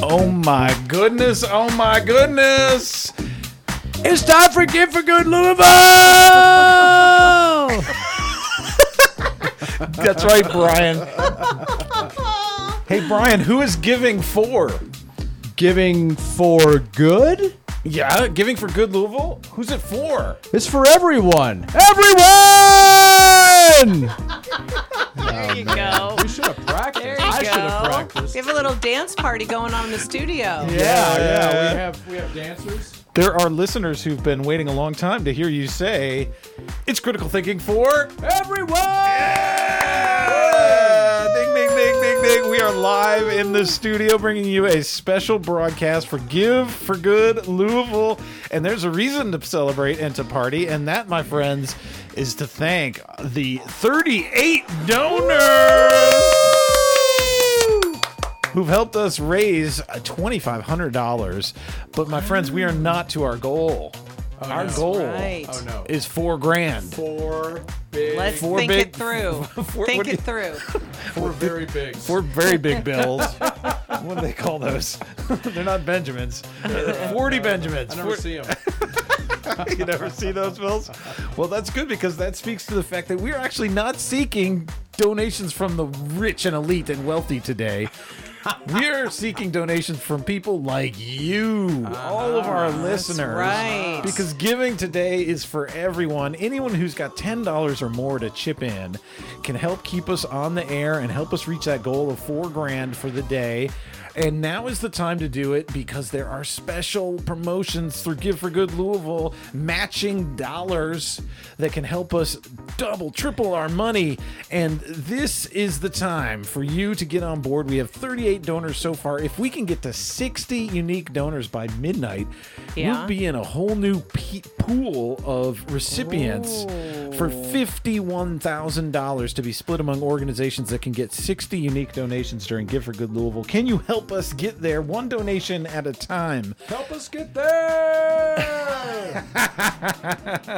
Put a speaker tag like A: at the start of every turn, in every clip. A: Oh my goodness. Oh my goodness. It's time for Get for Good Louisville. That's right, Brian. Hey, Brian, who is giving for?
B: Giving for good?
A: Yeah, giving for good Louisville? Who's it for?
B: It's for everyone. Everyone!
C: There you go.
B: We should have practiced.
C: There you
B: I should have
C: go.
B: practiced.
C: We have a little dance party going on in the studio.
B: Yeah, yeah.
A: Yeah.
B: We have we have dancers.
A: There are listeners who've been waiting a long time to hear you say, "It's critical thinking for."
B: Everyone!
A: Yeah! Ding, ding, ding, ding, ding. We are live in the studio bringing you a special broadcast for Give for Good Louisville. And there's a reason to celebrate and to party. And that, my friends, is to thank the 38 donors who've helped us raise uh, $2,500. But, my friends, we are not to our goal. our
B: no.
A: goal
C: Right.
B: Oh no.
A: is four grand.
B: Four big
C: Let's
A: Four
C: think
A: big-
C: it through.
A: Four- what
C: think
A: do
C: it through.
B: four very big.
A: Four very big bills. what do they call those? They're not Benjamins. Forty Benjamins.
B: I never
A: Four-
B: see them.
A: you never see those bills. Well, that's good because that speaks to the fact that we're actually not seeking donations from the rich and elite and wealthy today. We're seeking donations from people like you, all of our listeners.
C: right.
A: Because giving today is for everyone. Anyone who's got $10 or more to chip in can help keep us on the air and help us reach that goal of four grand for the day. And now is the time to do it because there are special promotions through Give for Good Louisville, matching dollars that can help us double, triple our money. And this is the time for you to get on board. We have 38 donors so far. If we can get to 60 unique donors by midnight,
C: Yeah.
A: we'll be in a whole new pe- pool of recipients for $51,000 to be split among organizations that can get 60 unique donations during Give for Good Louisville. Can you help us get there one donation at a time?
B: Help us get there.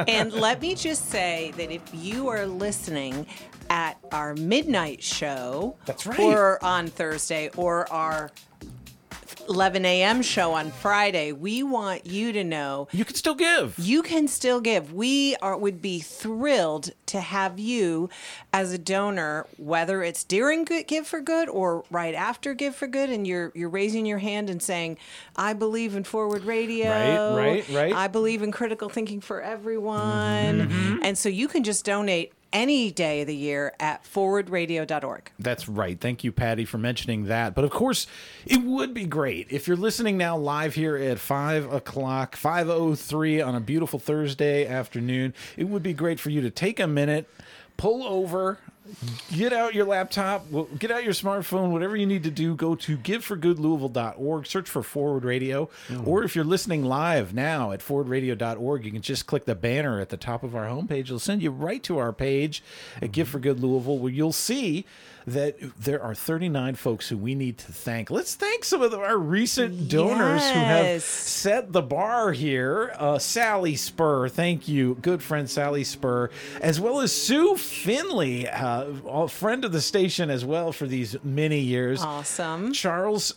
C: and let me just say that if you are listening at our midnight show,
A: That's right.
C: or on Thursday, or our 11 a.m. show on Friday, we want you to know
A: You can still give.
C: you can still give. We are would be thrilled to have you as a donor, whether it's during Good- Give for Good or right after Give for Good, and you're you're raising your hand and saying, "I believe in Forward Radio.
A: Right, right, right.
C: I believe in critical thinking for everyone."
A: Mm-hmm.
C: And so you can just donate any day of the year at forwardradio.org.
A: That's right. Thank you, Patty, for mentioning that. But of course, it would be great if you're listening now live here at five o'clock, five o three on a beautiful Thursday afternoon. It would be great for you to take a minute, pull over, get out your laptop, wh- get out your smartphone, whatever you need to do. Go to giveforgoodlouisville.org, search for Forward Radio, or if you're listening live now at forwardradio.org, you can just click the banner at the top of our homepage. It'll send you right to our page at Give for Good Louisville, where you'll see that there are 39 folks who we need to thank. Let's thank some of our recent donors who have
C: Yes.
A: set the bar here. Uh, Sally Spur, thank you, good friend Sally Spur, as well as Sue Finley, uh, a friend of the station as well for these many years.
C: Awesome.
A: Charles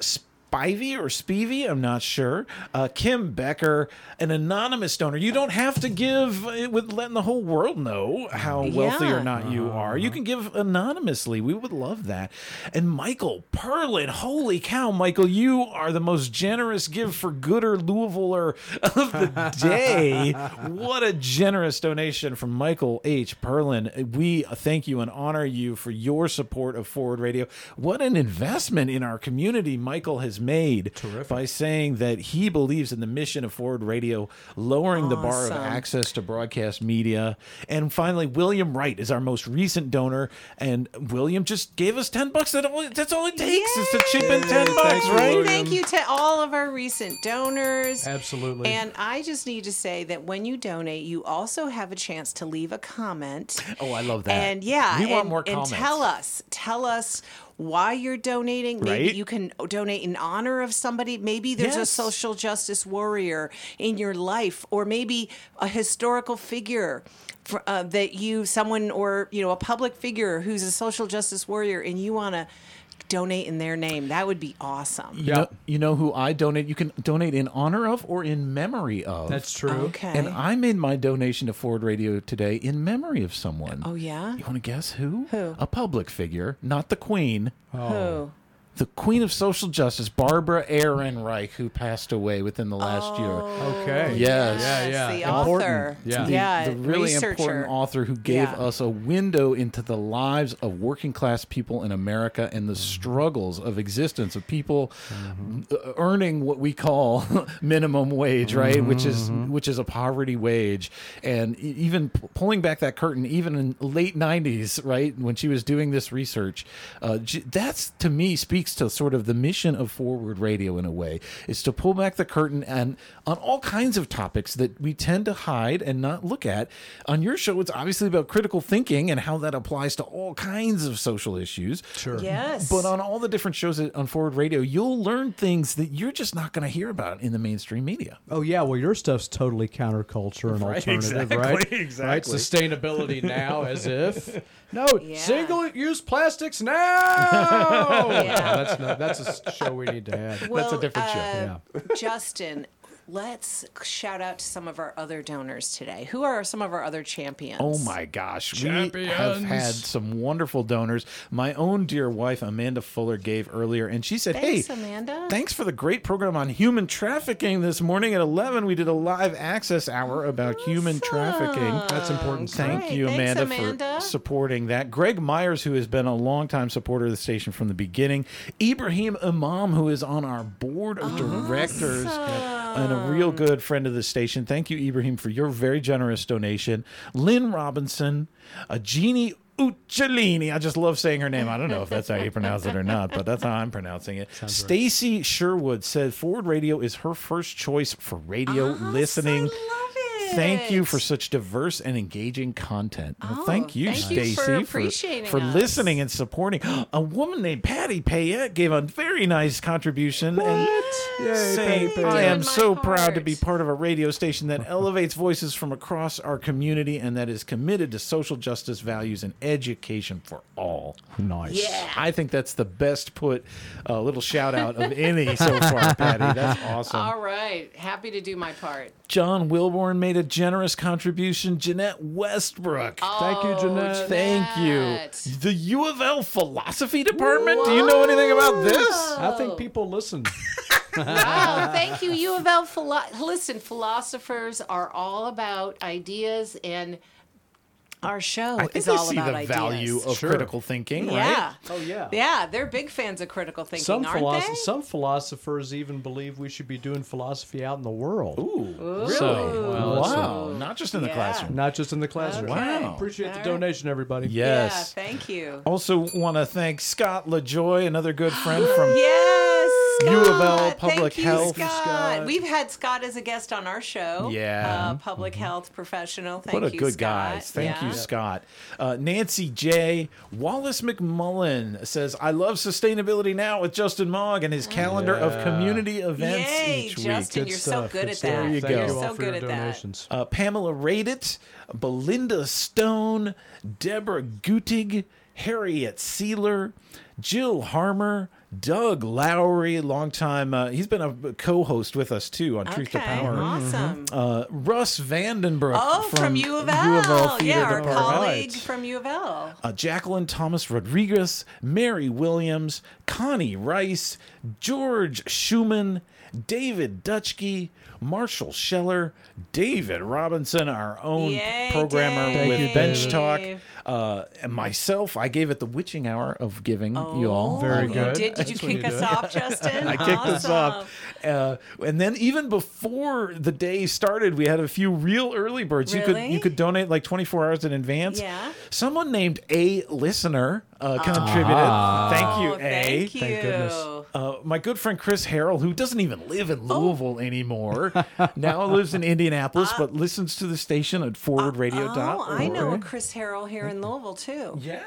A: Spivey or Spivey, I'm not sure. Uh, Kim Becker, an anonymous donor. You don't have to give uh, with letting the whole world know how wealthy or
C: Yeah.
A: not you are. You can give anonymously. We would love that. And Michael Perlin, holy cow, Michael, you are the most generous give for gooder Louisvilleer of the day. what a generous donation from Michael H. Perlin. We thank you and honor you for your support of Forward Radio. What an investment in our community Michael has made by saying that he believes in the mission of Forward Radio, lowering the bar of
C: Awesome.
A: access access to broadcast media. And finally, William Wright is our most recent donor, and William just gave us ten bucks. That all, that's all it takes is to chip in ten
C: Yay!
A: bucks, right?
C: Thank you to all of our recent donors.
B: Absolutely.
C: And I just need to say that when you donate, you also have a chance to leave a comment.
A: Oh, I love that.
C: And yeah,
A: we want
C: and,
A: more
C: and
A: comments.
C: tell us, tell us why you're donating. Maybe
A: Right?
C: you can donate in honor of somebody. Maybe there's a
A: Yes.
C: social justice warrior in your life, or maybe a historical figure. fr- uh, that you, someone, or you know, a public figure who's a social justice warrior, and you want to donate in their name. That would be awesome.
A: You, know, you know who I donate? You can donate in honor of or in memory of.
B: That's true.
C: Okay.
A: And I made my donation to Forward Radio today in memory of someone.
C: oh yeah.
A: You want to guess who?
C: Who?
A: A public figure, not the Queen.
C: Who?
A: The Queen of Social Justice, Barbara Ehrenreich, who passed away within the
C: Oh,
A: last year.
B: Okay.
A: Yes.
B: Yeah, yeah.
C: The
A: Important.
C: author.
B: Yeah.
A: The,
C: Yeah.
A: the really
C: researcher.
A: important author who gave
C: Yeah.
A: us a window into the lives of working class people in America and the struggles of existence of people uh, earning what we call minimum wage, right? Which is which is a poverty wage, and e- even p- pulling back that curtain, even in late '90s, right when she was doing this research, uh, j- that's to me speaks to sort of the mission of Forward Radio in a way is to pull back the curtain and on all kinds of topics that we tend to hide and not look at. On your show, it's obviously about critical thinking and how that applies to all kinds of social issues.
B: Sure.
C: Yes.
A: But on all the different shows that- on Forward Radio, you'll learn things that you're just not going to hear about in the mainstream media.
D: Oh yeah, well your stuff's totally counterculture and
A: Right,
D: alternative,
A: exactly,
D: right?
B: Right,
A: exactly.
B: sustainability now as if no
C: Yeah.
B: single-use plastics now.
C: Yeah.
B: No, that's not, that's a s- show we need to have.
C: well,
A: a different show.
C: uh, Justin, let's shout out to some of our other donors today. Who are some of our other champions?
A: Oh my gosh. We have
B: Champions.
A: had some wonderful donors. My own dear wife, Amanda Fuller, gave earlier, and she said,
C: Thanks,
A: Hey,
C: Amanda."
A: thanks for the great program on human trafficking this morning at 11. We did a live access hour about human trafficking.
B: That's important.
A: Thank
C: Great.
A: you,
C: Thanks,
A: Amanda,
C: Amanda.
A: for supporting that. Greg Myers, who has been a longtime supporter of the station from the beginning. Ibrahim Imam, who is on our board
C: Oh,
A: of directors and a real good friend of the station. Thank you, Ibrahim, for your very generous donation. Lynn Robinson, a genie. Uccellini. I just love saying her name. I don't know if that's how you pronounce it or not, but that's how I'm pronouncing it. Stacy Sherwood said Forward Radio is her first choice for radio
C: Awesome.
A: listening.
C: Ah, Love it. Oh,
A: Thank you for such diverse and engaging content. Well, thank you,
C: thank you for
A: Stacy,
C: appreciating
A: for
C: us.
A: listening and supporting. A woman named Patty Payette gave a very nice contribution. And saying, I
C: Patty Payette.
A: am
C: Doing my
A: so proud to
C: part."
A: be part of a radio station that elevates voices from across our community and that is committed to social justice values and education for all.
D: Nice.
A: I think that's the best put uh, little shout out of any so far, Patty. That's awesome.
C: All right. Happy to do my part.
A: John Wilborn made a generous contribution. Jeanette Westbrook. Oh,
B: Thank you, Jeanette.
A: Thank
C: Jeanette.
A: you. The U of L philosophy department. Do you know anything about this?
D: I think people listen.
C: Wow, thank you, U of L. Philo- Listen, philosophers are all about ideas, and our show
A: I think
C: is
A: they
C: all
A: see
C: about
A: the
C: ideas.
A: value of
D: Sure.
A: critical thinking,
C: yeah.
A: right?
D: Oh yeah.
C: Yeah, they're big fans of critical thinking,
D: Some
C: aren't
D: philosoph-
C: they?
D: some philosophers even believe we should be doing philosophy out in the world.
A: Ooh,
D: So, well, that's
A: wow! Not just in the
C: Yeah.
A: classroom.
D: Not just in the classroom.
A: Wow.
D: Appreciate the
C: All right.
D: donation, everybody.
A: Yes.
C: Yeah, thank you.
A: also, want to thank Scott LaJoy, another good friend from
C: Yes,
A: U of L
C: Scott.
A: Public
C: Thank you,
A: Health.
C: Scott.
D: Scott.
C: We've had Scott as a guest on our show.
A: Yeah. Mm-hmm.
C: uh, public health professional. Thank
A: what a
C: you,
A: good
C: Scott.
A: guys. Thank
C: Yeah.
A: you, Scott. Uh, Nancy J. Wallace McMullen says, "I love sustainability now with Justin Mogg and his calendar of community events
C: Oh, Yay,
A: each week."
C: Justin,
D: Good
C: you're so
D: stuff.
C: good at
D: stuff.
C: that.
A: There you
D: Thank
A: go.
C: are
D: you all
C: so
D: for
C: good
D: your
C: at that.
D: donations.
A: uh, Pamela Radit, Belinda Stone, Deborah Gutig, Harriet Sealer, Jill Harmer, Doug Lowry, longtime. Uh, he's been a co-host with us too on Truth to
C: Okay,
A: Power.
C: awesome.
A: Uh, Russ Vandenbroek
C: Oh, from, U of L.
A: U of L Theater
C: yeah, our
A: Department.
D: Right.
C: colleague from U of L.
A: uh, Jacqueline Thomas Rodriguez, Mary Williams, Connie Rice, George Schumann, David Dutchke, Marshall Scheller, David Robinson, our own
C: Yay,
A: programmer
C: Dave.
A: with
D: Thank you,
A: Bench
D: Dave.
A: Talk, uh, and myself. I gave it the witching hour of giving you all.
D: Very
C: Oh, you
D: good.
C: Did, did you
D: That's what you
C: kick us
D: do.
C: off, Justin?
A: I kicked us
C: Awesome.
A: up. Uh, and then even before the day started, we had a few real early birds. You could
C: Really?
A: you could donate like 24 hours in advance.
C: Yeah.
A: Someone named A listener uh, contributed. Thank you, A.
C: Oh, Thank you.
D: Ah. Thank goodness.
A: Uh, my good friend Chris Harrell, who doesn't even live in
C: Oh.
A: Louisville anymore, now lives in Indianapolis,
C: Uh,
A: but listens to the station at forwardradio.org.
C: Oh, I know a Chris Harrell here in Louisville too.
A: Yeah.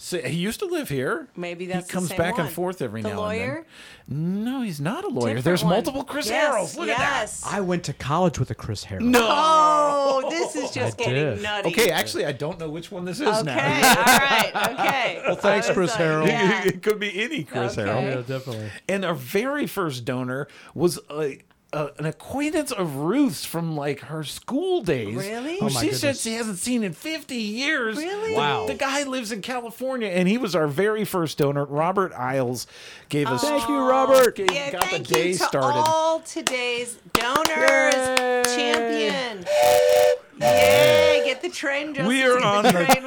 A: So he used to live here.
C: Maybe that's
A: he
C: the
A: comes
C: same
A: back
C: one.
A: and forth every
C: The
A: now
C: lawyer?
A: and then. No, he's not a lawyer.
C: Different
A: There's
C: one.
A: multiple Chris
C: yes,
A: Harrells. Look at that.
C: yes.
D: I went to college with a Chris Harris.
C: Oh, this is just
D: I
C: getting
D: did.
C: nutty.
A: Okay, actually, I don't know which one this is
C: Okay. All
A: now.
C: right. Okay. Well,
D: thanks, Chris Harrell.
C: Yeah.
A: it could be any Chris
C: Okay.
A: Harrell.
D: Yeah, definitely.
A: And our very first donor was a, a, an acquaintance of Ruth's from like her school days.
C: Really?
A: Who
C: Oh
A: she
D: my
A: said
D: goodness.
A: she hasn't seen in 50 years.
C: Really?
A: The-
D: Wow.
A: The guy lives in California and he was our very first donor. Robert Isles gave us.
D: Thank you, Robert.
A: Gave-
C: Yeah,
A: got the
C: thank
A: day
C: you to
A: started.
C: all today's donors.
A: Yay.
C: Champion. Yay, get the train just
A: We are on
C: the
A: the-
C: train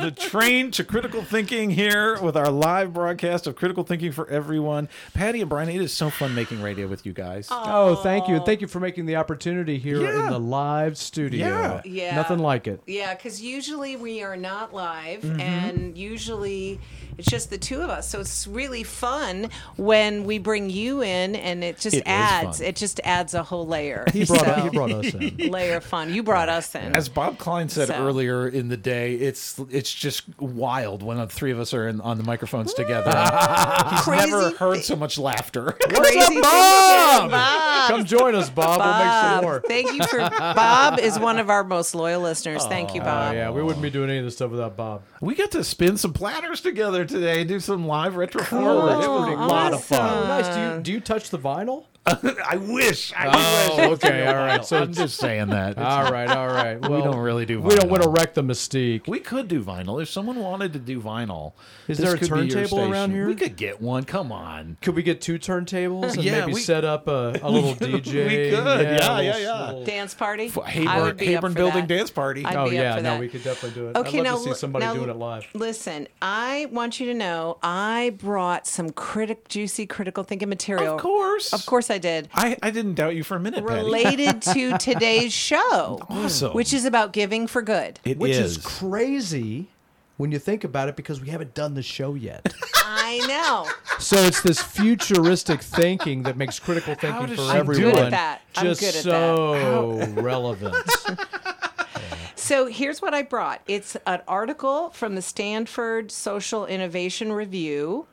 A: the train to critical thinking here with our live broadcast of critical thinking for everyone. Patty and Brian, it is so fun making radio with you guys.
B: Oh, thank you. And thank you for making the opportunity here
A: Yeah.
B: in the live studio.
A: Yeah.
C: Yeah.
B: Nothing like it.
C: yeah, because usually we are not live,
A: Mm-hmm.
C: and usually it's just the two of us. So it's really fun when we bring you in, and it just
A: It is
C: adds.
A: fun.
C: It just adds a whole layer.
B: He brought,
C: so,
B: he brought us in.
C: layer of fun. You brought us in.
A: As Bob Klein said
C: So-
A: earlier in the day, it's it's just wild when the three of us are in, on the microphones together. He's
C: Crazy
A: never heard so much laughter.
C: Crazy things
B: Bob?
C: Bob.
B: Come join us, Bob. We'll make some more.
C: Bob, thank you for Bob is one of our most loyal listeners. Thank you,
B: Oh,
C: Bob.
B: yeah, we wouldn't be doing any of this stuff without Bob.
A: we got to spin some platters together today and do some live retro forward. It would be a
C: Cool.
A: lot of
B: Oh,
A: fun.
B: nice. Do you, do you touch the vinyl?
A: I wish. I wish.
B: Oh, okay. All right. So,
A: I'm just saying that. It's-
B: all right. All right. Well,
A: don't really do
B: We don't want to
A: vinyl.
B: wreck the mystique.
A: We could do vinyl. If someone wanted to do vinyl,
B: Is
A: this
B: there a
A: could be your
B: turntable around
A: station.
B: here?
A: We could get one. Come on.
B: Could we get two turntables and
A: Yeah,
B: maybe
A: we-
B: set up a, a little DJ?
A: We could. Yeah,
B: a
A: yeah,
B: little-
A: yeah.
B: little-
C: Dance party.
A: For
C: I
A: Hayburn,
C: would be up
A: Hayburn
C: for
A: Building
C: that.
A: Dance Party.
C: I'd
B: Oh
C: be up
B: yeah,
C: for
B: no,
C: that.
B: we could definitely do it.
C: Okay,
B: I'd
C: now
B: love to
C: l-
B: see somebody
C: now
B: doing
C: l-
B: it live.
C: Listen, I want you to know I brought some critic juicy critical thinking material.
A: Of course.
C: Of course I did.
A: I, I didn't doubt you for a minute, Patty.
C: Related to today's show.
A: Awesome.
C: Which is about giving for good.
A: It
D: Which is.
A: is.
D: crazy when you think about it because we haven't done the show yet.
C: I know.
B: So it's this futuristic thinking that makes critical thinking
A: does
B: for
A: she do
B: everyone
A: it? I'm good at
C: that. I'm
B: just
C: good at
B: so relevant.
C: So here's what I brought. It's an article from the Stanford Social Innovation Review,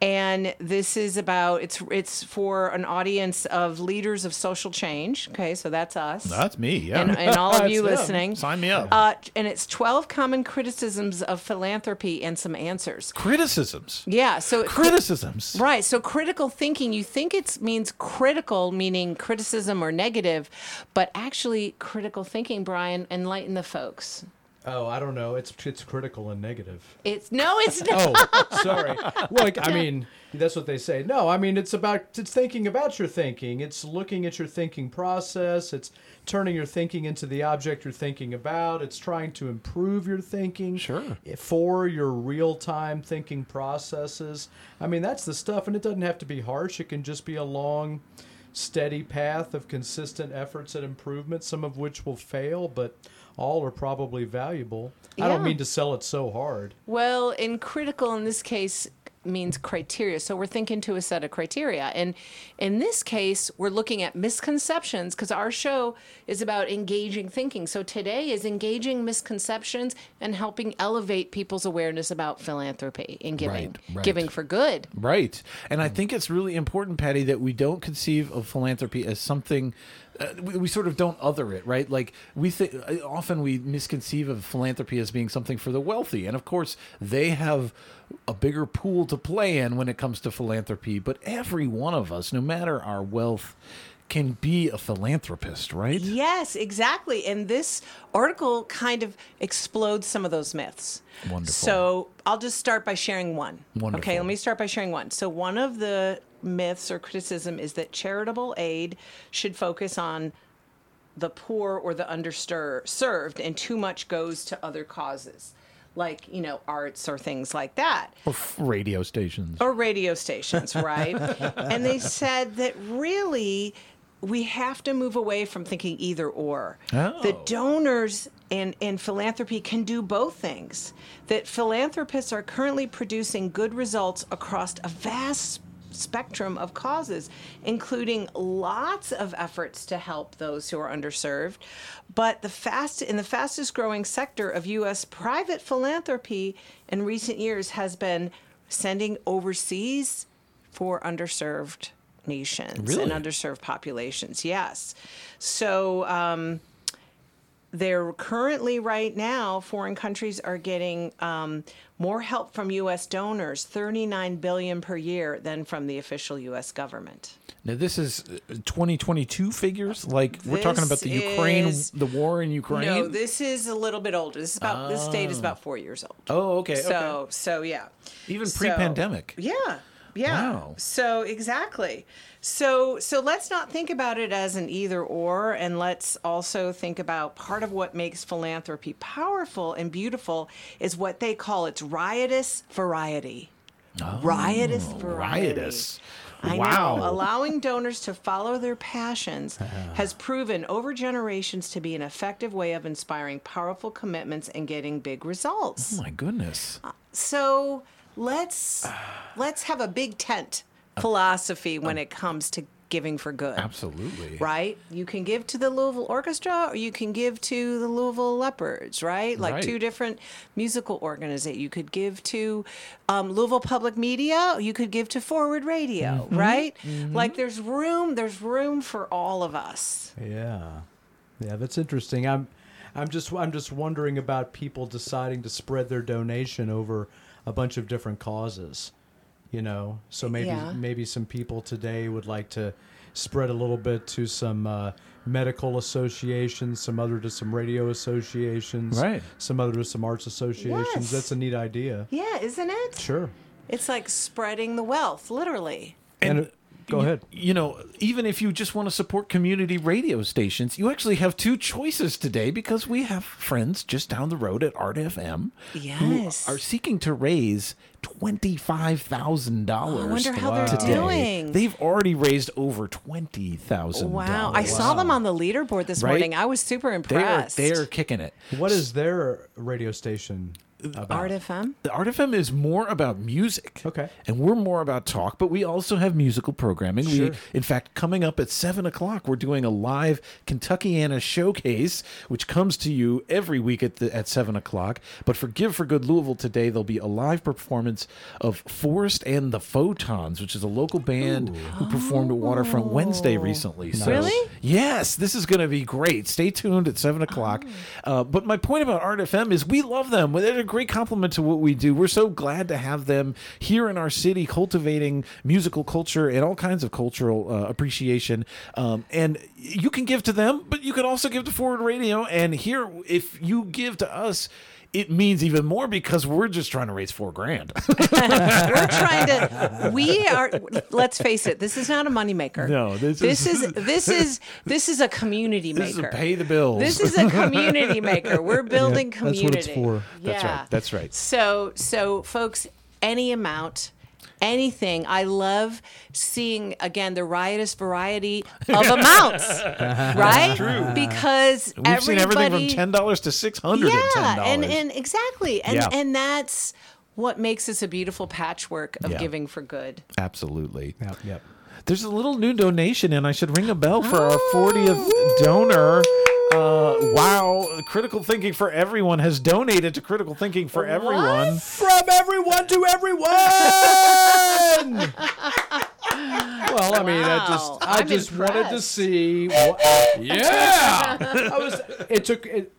C: and this is about it's it's for an audience of leaders of social change. Okay, so that's us
A: That's me. Yeah.
C: and, and all of you
B: That's them.
C: listening.
A: Sign me up.
C: Uh, and it's 12 common criticisms of philanthropy and some answers.
A: criticisms.
C: Yeah, so it-
A: Criticisms.
C: Right. So critical thinking, you think it means critical, meaning criticism or negative, but actually critical thinking, Brian, enlighten the folks.
B: oh, I don't know. It's it's critical and negative.
C: It's no, it's not.
B: Oh, sorry. Look, I mean, that's what they say. No, I mean, it's about it's thinking about your thinking. It's looking at your thinking process. It's turning your thinking into the object you're thinking about. It's trying to improve your thinking.
A: Sure.
B: For your real-time thinking processes. I mean, that's the stuff and it doesn't have to be harsh. It can just be a long steady path of consistent efforts at improvement, some of which will fail, but all are probably valuable. I don't
C: Yeah.
B: mean to sell it so hard.
C: Well, in critical in this case means criteria. So we're thinking to a set of criteria. And in this case, we're looking at misconceptions because our show is about engaging thinking. So today is engaging misconceptions and helping elevate people's awareness about philanthropy and giving
A: Right, right.
C: giving for good.
A: Right. And I think it's really important, Patty, that we don't conceive of philanthropy as something. Uh, we, we sort of don't other it, right? Like we think uh, often we misconceive of philanthropy as being something for the wealthy, and of course they have a bigger pool to play in when it comes to philanthropy. But every one of us, no matter our wealth, can be a philanthropist, right?
C: Yes, exactly. And this article kind of explodes some of those myths.
A: Wonderful.
C: So I'll just start by sharing one.
A: Wonderful.
C: Okay, let me start by sharing one. So one of the myths or criticism is that charitable aid should focus on the poor or the underserved and too much goes to other causes like, you know, arts or things like that
A: Or f- radio stations.
C: or radio stations, right? and they said that really we have to move away from thinking either or. The
A: Oh.
C: donors and, and philanthropy can do both things. That philanthropists are currently producing good results across a vast spectrum of causes, including lots of efforts to help those who are underserved. But the fast in the fastest growing sector of U.S. private philanthropy in recent years has been sending overseas for underserved nations
A: Really?
C: and underserved populations. Yes, so. Um, they're currently right now foreign countries are getting um, more help from u.s donors 39 billion per year than from the official u.s government
A: Now this is uh, 2022 figures. Like we're talking about the
C: This
A: Ukraine,
C: is-
A: the war in Ukraine.
C: no this is a little bit older this is about this date is about four years old
A: oh, okay.
C: so
A: okay.
C: so yeah
A: even
C: So-
A: pre-pandemic.
C: yeah yeah
A: Wow.
C: so exactly so so let's not think about it as an either or and let's also think about part of what makes philanthropy powerful and beautiful is what they call its riotous variety riotous variety
A: Oh, Riotous.
C: I
A: wow. Uh-huh.
C: know. Allowing donors to follow their passions has proven over generations to be an effective way of inspiring powerful commitments and getting big results.
A: Oh my goodness.
C: So let's let's have a big tent philosophy when it comes to giving for good.
A: Absolutely.
C: Right? You can give to the Louisville Orchestra or you can give to the Louisville Leopards, right? Like
A: Right.
C: two different musical organizations. You could give to um, Louisville Public Media, or you could give to Forward Radio,
A: Mm-hmm.
C: right? Like there's room, there's room for all of us.
B: Yeah, yeah, that's interesting. I'm, I'm just, I'm just wondering about people deciding to spread their donation over a bunch of different causes. You know, so maybe,
C: Yeah.
B: maybe some people today would like to spread a little bit to some uh, medical associations, some other to some radio associations,
A: Right.
B: Some other to some arts associations.
C: Yes.
B: That's a neat idea.
C: Yeah, isn't it?
B: Sure.
C: It's like spreading the wealth, literally.
B: And, go ahead.
A: You know, even if you just want to support community radio stations, you actually have two choices today because we have friends just down the road at Art FM
C: Yes.
A: who are seeking to raise twenty-five thousand dollars.
C: I wonder how they're
A: today.
C: doing.
A: They've already raised over twenty thousand.
C: Wow. I saw them on the leaderboard this
A: Right?
C: morning. I was super
A: They are,
C: impressed.
A: they are kicking it.
B: What is their radio station about?
C: Art FM?
A: The Art FM is more about music.
B: Okay.
A: And we're more about talk, but we also have musical programming.
B: Sure.
A: We, in fact, coming up at 7 o'clock, we're doing a live Kentuckiana showcase, which comes to you every week at, the, at 7 o'clock. But for Give for Good Louisville today, there'll be a live performance of Forest and the Photons, which is a local band who performed at Waterfront
B: Oh.
A: Wednesday recently. So,
C: Really?
A: Yes, this is going to be great. Stay tuned at seven o'clock.
C: Oh.
A: Uh, but my point about Art FM is we love them. They're a great compliment to what we do. We're so glad to have them here in our city, cultivating musical culture and all kinds of cultural uh, appreciation. Um, and you can give to them, but you can also give to Forward Radio. And here, if you give to us. It means even more because we're just trying to raise four grand.
C: We're trying to. We are. Let's face it. This is not a moneymaker.
A: No, this is-
C: is this is this is a community maker.
A: This is a pay the bills.
C: This is a community maker. We're building
B: Yeah, that's
C: community.
B: what it's for.
A: That's right.
C: Yeah.
A: That's right.
C: So so folks, any amount. Anything. I love seeing again the riotous variety of amounts, right? True. Because
A: We've seen everything from
C: everybody-
A: ten dollars to six hundred and ten
C: yeah,
A: dollars.
C: and, and exactly, and
A: Yeah.
C: and that's what makes this a beautiful patchwork of
A: Yeah.
C: giving for good.
A: Absolutely.
B: Yep. Yep.
A: There's a little new donation, and I should ring a bell for our
C: Oh,
A: 40th donor. Uh, wow. Critical Thinking for Everyone has donated to Critical Thinking for Everyone.
B: From everyone to everyone. well, I mean, I just,
C: Wow.
B: I
C: I'm
B: just wanted to
C: impressed.
B: see. What, yeah, I was. It took. It,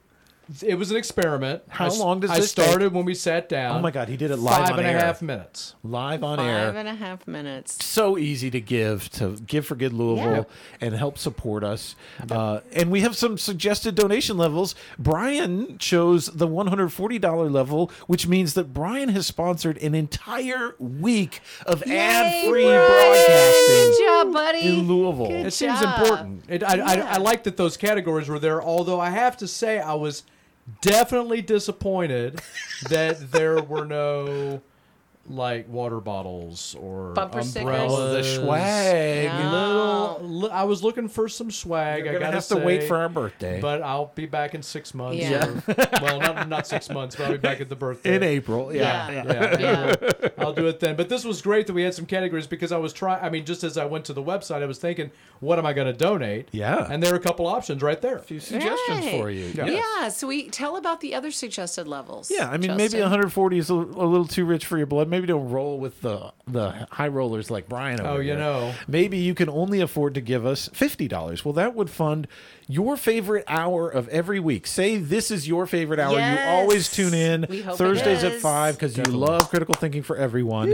B: it was an experiment.
A: How
B: I s-
A: long does
B: I
A: this take?
B: started when we sat down.
A: Oh my God, he did it live
B: Five
A: on
B: and a
A: air.
B: half minutes.
A: Live on
C: Five
A: air.
C: and a half minutes.
A: So easy to give to give for Good Louisville and help support us. Uh, and we have some suggested donation levels. Brian chose the $140 level, which means that Brian has sponsored an entire week of ad free
C: Brian!
A: broadcasting.
C: Good job, buddy.
A: in Louisville.
C: Good
B: It seems
C: job.
B: important. It, I, I,
C: Yeah.
B: I like that those categories were there, although I have to say I was definitely disappointed that there were no like water bottles or
E: Bumper stickers.
A: Oh, the
B: umbrellas.
A: swag.
E: Yeah.
B: Little,
E: Oh.
B: li- I was looking for some swag.
A: You're
B: I
A: gonna
B: gotta
A: have to wait
B: say,
A: for our birthday.
B: but I'll be back in six months.
E: Yeah.
B: or- well, not, not six months, but I'll be back at the birthday.
A: in April, yeah.
E: Yeah.
B: Yeah,
E: Yeah.
B: I'll do it then. But this was great that we had some categories because I was trying. I mean, just as I went to the website, I was thinking, what am I going to donate?
A: Yeah.
B: And there are a couple options right there.
A: Few suggestions
E: Right.
A: for you.
E: Yeah. So we tell about the other suggested levels.
A: Yeah, I mean, maybe
E: Justin.
A: 140 is a, a little too rich for your blood. Maybe don't roll with the the high rollers like Brian. Over
B: Oh, you
A: here.
B: know.
A: Maybe you can only afford to give us fifty dollars. Well, that would fund your favorite hour of every week. Say this is your favorite hour.
E: Yes.
A: You always tune in
E: We hope it
A: Thursdays at
E: is.
A: five because you love critical thinking for everyone.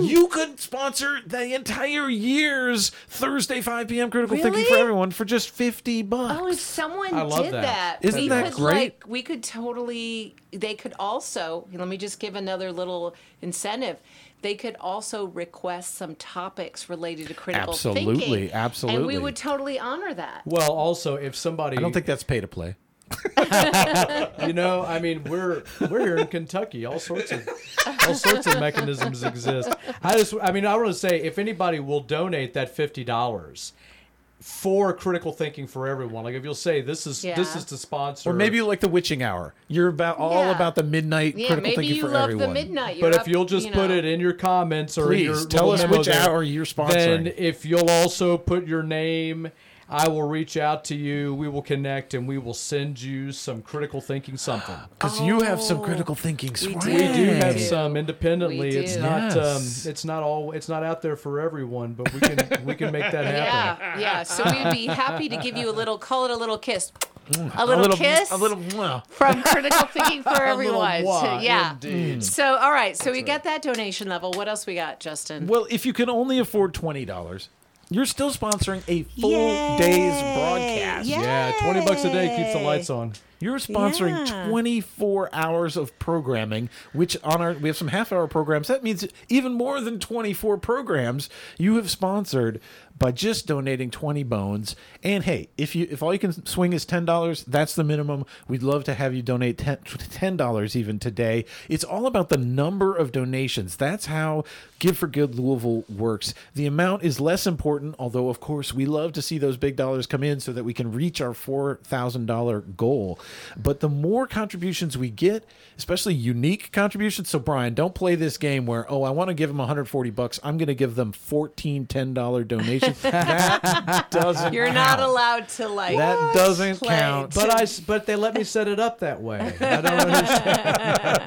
A: You could sponsor the entire year's Thursday 5 p.m. critical thinking for
E: Really?
A: everyone for just 50 bucks.
E: Oh, if someone
B: I love
E: did that,
B: that.
A: Isn't
E: we
A: that
E: could
A: great?
E: like we could totally they could also let me just give another little incentive. They could also request some topics related to critical
A: Absolutely,
E: thinking. And
A: absolutely.
E: we would totally honor that.
B: Well, also, if somebody,
A: I don't think that's pay to play.
B: you know, I mean, we're we're here in Kentucky. All sorts of all sorts of mechanisms exist. I just, I mean, I want to say, if anybody will donate that fifty dollars for critical thinking for everyone, like if you'll say this is this
E: Yeah.
B: is to sponsor,
A: Or maybe you like the witching hour. You're about all
E: Yeah.
A: about the midnight
E: Yeah,
A: critical
E: maybe
A: thinking
E: you
A: for
E: love
A: everyone.
E: the midnight.
B: But
E: You're
B: if
E: up,
B: you'll just
E: you
B: put
E: know.
B: it in your comments or in
A: Please
B: your
A: tell
B: little
A: us
B: memo
A: which
B: there,
A: hour you're sponsoring.
B: Then if you'll also put your name, I will reach out to you. We will connect and we will send you some critical thinking something.
A: Because you have some critical thinking
E: do.
A: swag.
E: Oh, We
B: We do have
E: do.
B: some independently.
E: We
B: It's
E: do.
B: not
A: Yes.
B: um, it's not all it's not out there for everyone, but we can we can make that
E: Yeah,
B: happen.
E: yeah. So we'd be happy to give you a little, call it a little kiss, a
A: a
E: little,
A: little
E: kiss,
A: A little. mwah.
E: from critical thinking for
B: little
E: everyone.
B: moi,
E: yeah. So all right, so we got that donation level. What else we got, Justin?
A: Well, if you can only afford twenty dollars, you're still sponsoring a full day's broadcast.
C: Yay.
B: Yeah, twenty bucks a day keeps the lights on.
A: You're sponsoring
C: Yeah.
A: 24 hours of programming, which on our we have some half hour programs. That means even more than 24 programs you have sponsored by just donating 20 bones. And hey, if you if all you can swing is $10, that's the minimum. We'd love to have you donate 10 $10 even today. It's all about the number of donations. That's how Give for Good Louisville works. The amount is less important, although of course we love to see those big dollars come in so that we can reach our $4,000 goal. But the more contributions we get, especially unique contributions, so Brian, don't play this game where, oh, I want to give them 140 bucks. I'm going to give them 14 $10 donations. that doesn't
E: You're not
A: count.
E: allowed to like.
A: That doesn't
E: play.
A: count.
B: But I s- but they let me set it up that way. I don't understand.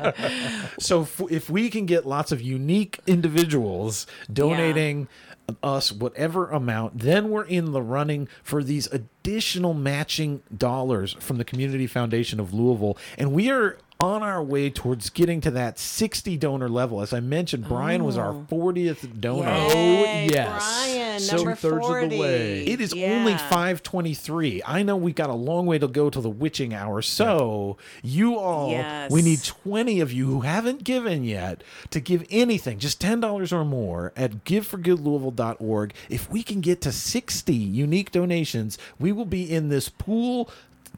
A: So if, if we can get lots of unique individuals donating us whatever amount, then we're in the running for these additional matching dollars from the Community Foundation of Louisville, and we are on our way towards getting to that 60 donor level. As I mentioned, Brian was our 40th donor.
B: Oh
E: Hey,
B: yes.
E: Brian,
B: So
E: number
B: two-thirds of the
E: 40.
B: way.
A: It is only
E: Yeah.
A: 523. I know we got a long way to go to the witching hour. So, you all,
C: Yes.
A: we need 20 of you who haven't given yet to give anything, just $10 or more at giveforgoodlouisville.org. If we can get to 60 unique donations, we will be in this pool.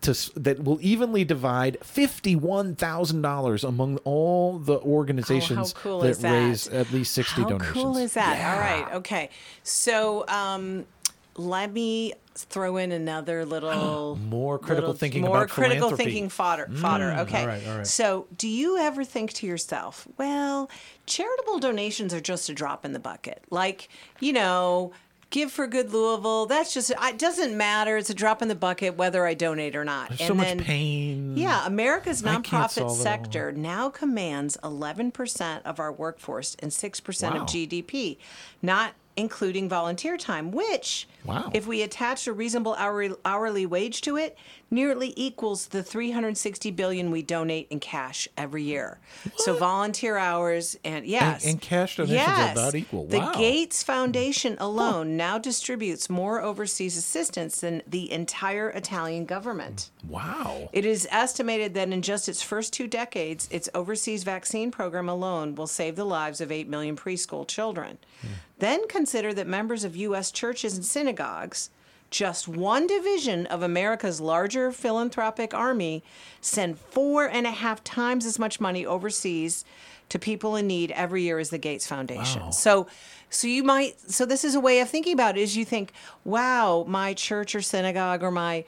A: To, s- that will evenly divide fifty-one thousand dollars among all the organizations
C: Oh, cool
A: that
C: is that?
A: raise at least sixty
C: How
A: donations.
C: cool is that? All right. Okay. So um, let me throw in another little
A: More critical
C: little-
A: thinking
C: More
A: about
C: critical
A: philanthropy. Mm,
C: thinking fodder. Fodder. okay.
B: all right, all right.
C: So do you ever think to yourself, well, charitable donations are just a drop in the bucket. Like you know. Give for Good Louisville. That's just, it doesn't matter. It's a drop in the bucket whether I donate or not.
A: There's so much pain.
C: Yeah, America's
A: Mm. I can't
C: nonprofit
A: solve it all.
C: sector now commands 11% of our workforce and 6%
A: Wow.
C: of GDP, not including volunteer time, which,
A: Wow.
C: if we attach a reasonable hourly, hourly wage to it, nearly equals the 360 billion we donate in cash every year. So volunteer hours and yes,
A: and cash donations are about equal.
C: The
A: Wow.
C: Gates Foundation alone now distributes more overseas assistance than the entire Italian government.
A: Wow.
C: It is estimated that in just its first two decades, its overseas vaccine program alone will save the lives of 8 million preschool children. Then consider that members of U.S. churches and synagogues just one division of America's larger philanthropic army send four and a half times as much money overseas to people in need every year as the Gates Foundation. So so you might so this is a way of thinking about it is you think, wow, my church or synagogue or my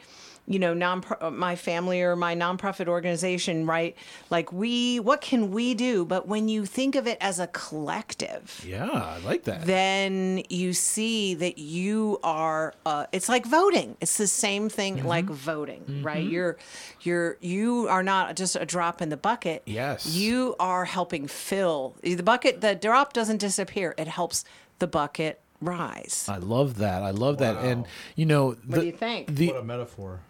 C: you know, non my family or my nonprofit organization, right? Like we, what can we do? But when you think of it as a collective,
A: Yeah, I like that.
C: then you see that you are uh, it's like voting it's the same thing
A: Mm-hmm.
C: like voting right you're you're you are not just a drop in the bucket
A: Yes.
C: you are helping fill the bucket the drop doesn't disappear it helps the bucket rise
A: I love that. I love that. And you know, what
E: do you think?
A: The,
B: What a metaphor.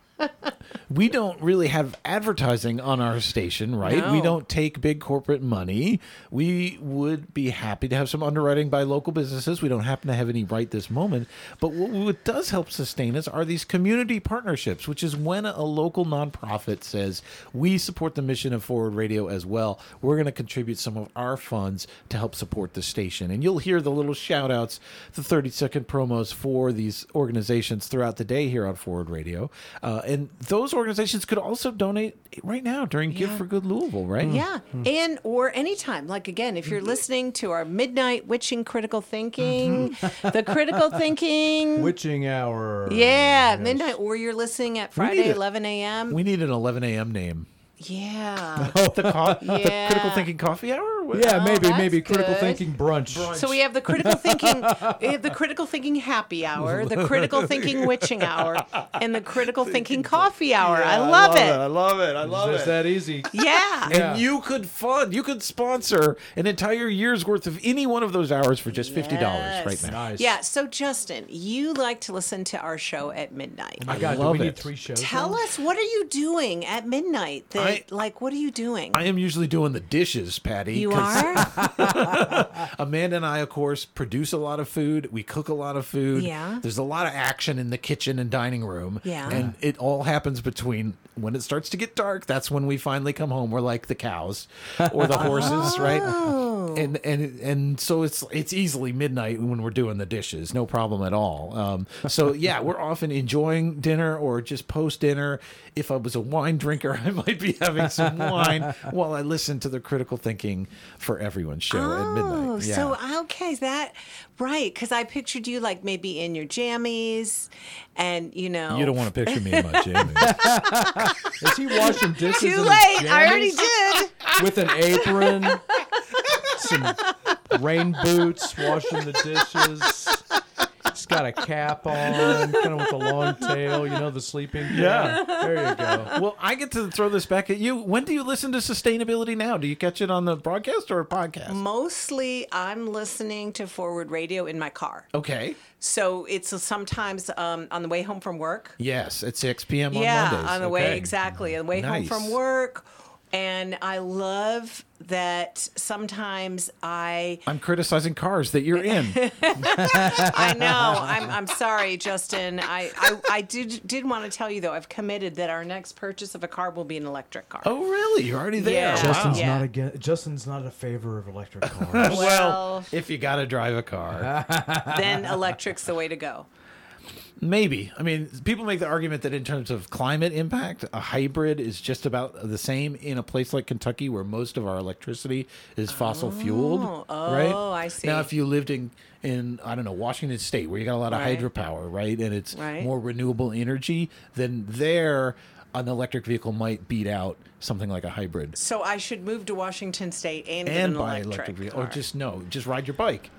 A: we don't really have advertising on our station, right? We
C: No.
A: don't take big corporate money. We would be happy to have some underwriting by local businesses. We don't happen to have any right this moment. But what, what does help sustain us are these community partnerships, which is when a local nonprofit says, we support the mission of Forward Radio as well. We're going to contribute some of our funds to help support the station. And you'll hear the little shout outs, the 30 second promos for these organizations throughout the day here on Forward Radio. Uh, and those organizations could also donate right now during Give for Good Louisville, right?
C: yeah
A: Mm-hmm.
C: and or anytime like again if you're listening to our midnight witching critical thinking
A: Mm-hmm.
C: the critical thinking
B: Witching hour.
C: yeah,
B: Yes.
C: midnight, or you're listening at
A: We need
C: Friday,
A: it.
C: 11 a.m.
A: We need an 11 a.m. name.
C: yeah.
A: Oh, The, co- the
E: Yeah.
A: Critical Thinking Coffee Hour? What-
B: Yeah, maybe
E: that's
B: maybe critical
E: good.
B: thinking brunch.
C: So we have the critical thinking, we have the critical thinking happy hour, the critical thinking witching hour, and the critical thinking coffee hour. I love,
A: I
C: it.
A: love it. I love
B: It's
A: it.
B: that easy.
C: Yeah.
A: And you could fund, you could sponsor an entire year's worth of any one of those hours for just $50 right
C: Yes.
A: now.
B: Nice.
C: Yeah. So Justin, you like to listen to our show at midnight.
B: My God,
A: love
B: do we
A: it.
B: need three shows?
C: Tell
B: now?
C: us what are you doing at midnight? That
A: I-
C: like what are you doing?
A: I am usually doing the dishes, Patty.
C: you
A: 'cause
C: are?
A: Amanda and I, of course, produce a lot of food. We cook a lot of food.
C: Yeah.
A: There's a lot of action in the kitchen and dining room.
C: Yeah.
A: And it all happens between when it starts to get dark. That's when we finally come home. We're like the cows or the horses, right?
C: Oh.
A: And and and so it's it's easily midnight when we're doing the dishes. No problem at all. Um, so yeah, we're often enjoying dinner or just post dinner. If I was a wine drinker, I might be having some wine while I listen to the critical thinking for everyone show at midnight.
C: Oh,
A: Yeah.
C: so okay, that right? Because I pictured you like maybe in your jammies, and you know,
A: You don't want to picture me in my jammies.
B: Is he washing dishes?
C: Too
B: in his
C: late. I already
B: jammies?
C: did.
B: With an apron, some rain boots, washing the dishes. He's got a cap on, kind of with a long tail. You know the sleeping.
A: Yeah.
B: cap. There you go.
A: well, I get to throw this back at you. When do you listen to sustainability now? Do you catch it on the broadcast or a podcast?
C: Mostly, I'm listening to Forward Radio in my car.
A: Okay.
C: So it's sometimes um, on the way home from work.
A: Yes, at 6 p.m.
C: yeah,
A: on Mondays.
C: on the
A: Okay.
C: way exactly on the way
A: Nice.
C: home from work. And I love that sometimes I
A: I'm criticizing cars that you're in.
C: I know I'm I'm sorry Justin I I, I did did want to tell you though I've committed that our next purchase of a car will be an electric car.
A: oh, really? You're already there.
C: Yeah.
A: Wow.
B: Justin's
C: Yeah.
B: not again. Justin's not a favor of electric cars.
A: Well, if you got to drive a car,
C: Then electric's the way to go.
A: maybe. I mean, people make the argument that in terms of climate impact, a hybrid is just about the same in a place like Kentucky where most of our electricity is fossil fueled.
C: Oh,
A: right?
C: oh, I see.
A: Now, if you lived in, in I don't know, Washington State where you got a lot of
C: Right.
A: hydropower, right? And it's
C: Right.
A: more renewable energy, then there an electric vehicle might beat out something like a hybrid.
C: So I should move to Washington State and, get
A: and
C: an
A: buy
C: electric,
A: electric, vehicle, or
C: car.
A: just no, just ride your bike.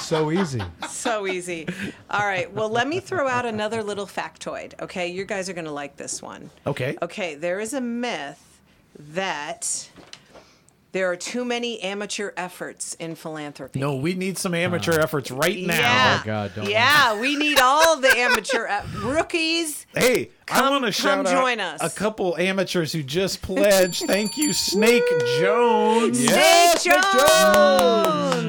B: so easy.
C: so easy. All right. Well, let me throw out another little factoid. Okay, you guys are going to like this one.
A: Okay.
C: Okay, there is a myth that there are too many amateur efforts in philanthropy.
A: No, we need some amateur efforts right now.
C: Yeah.
B: Oh, God, don't
C: yeah, we need all the amateur e- rookies.
A: Hey, I
C: Come-
A: want to
C: come
A: shout
C: join
A: out
C: us.
A: a couple amateurs who just pledged. Thank you, Snake Jones.
C: Yes, Snake Jones.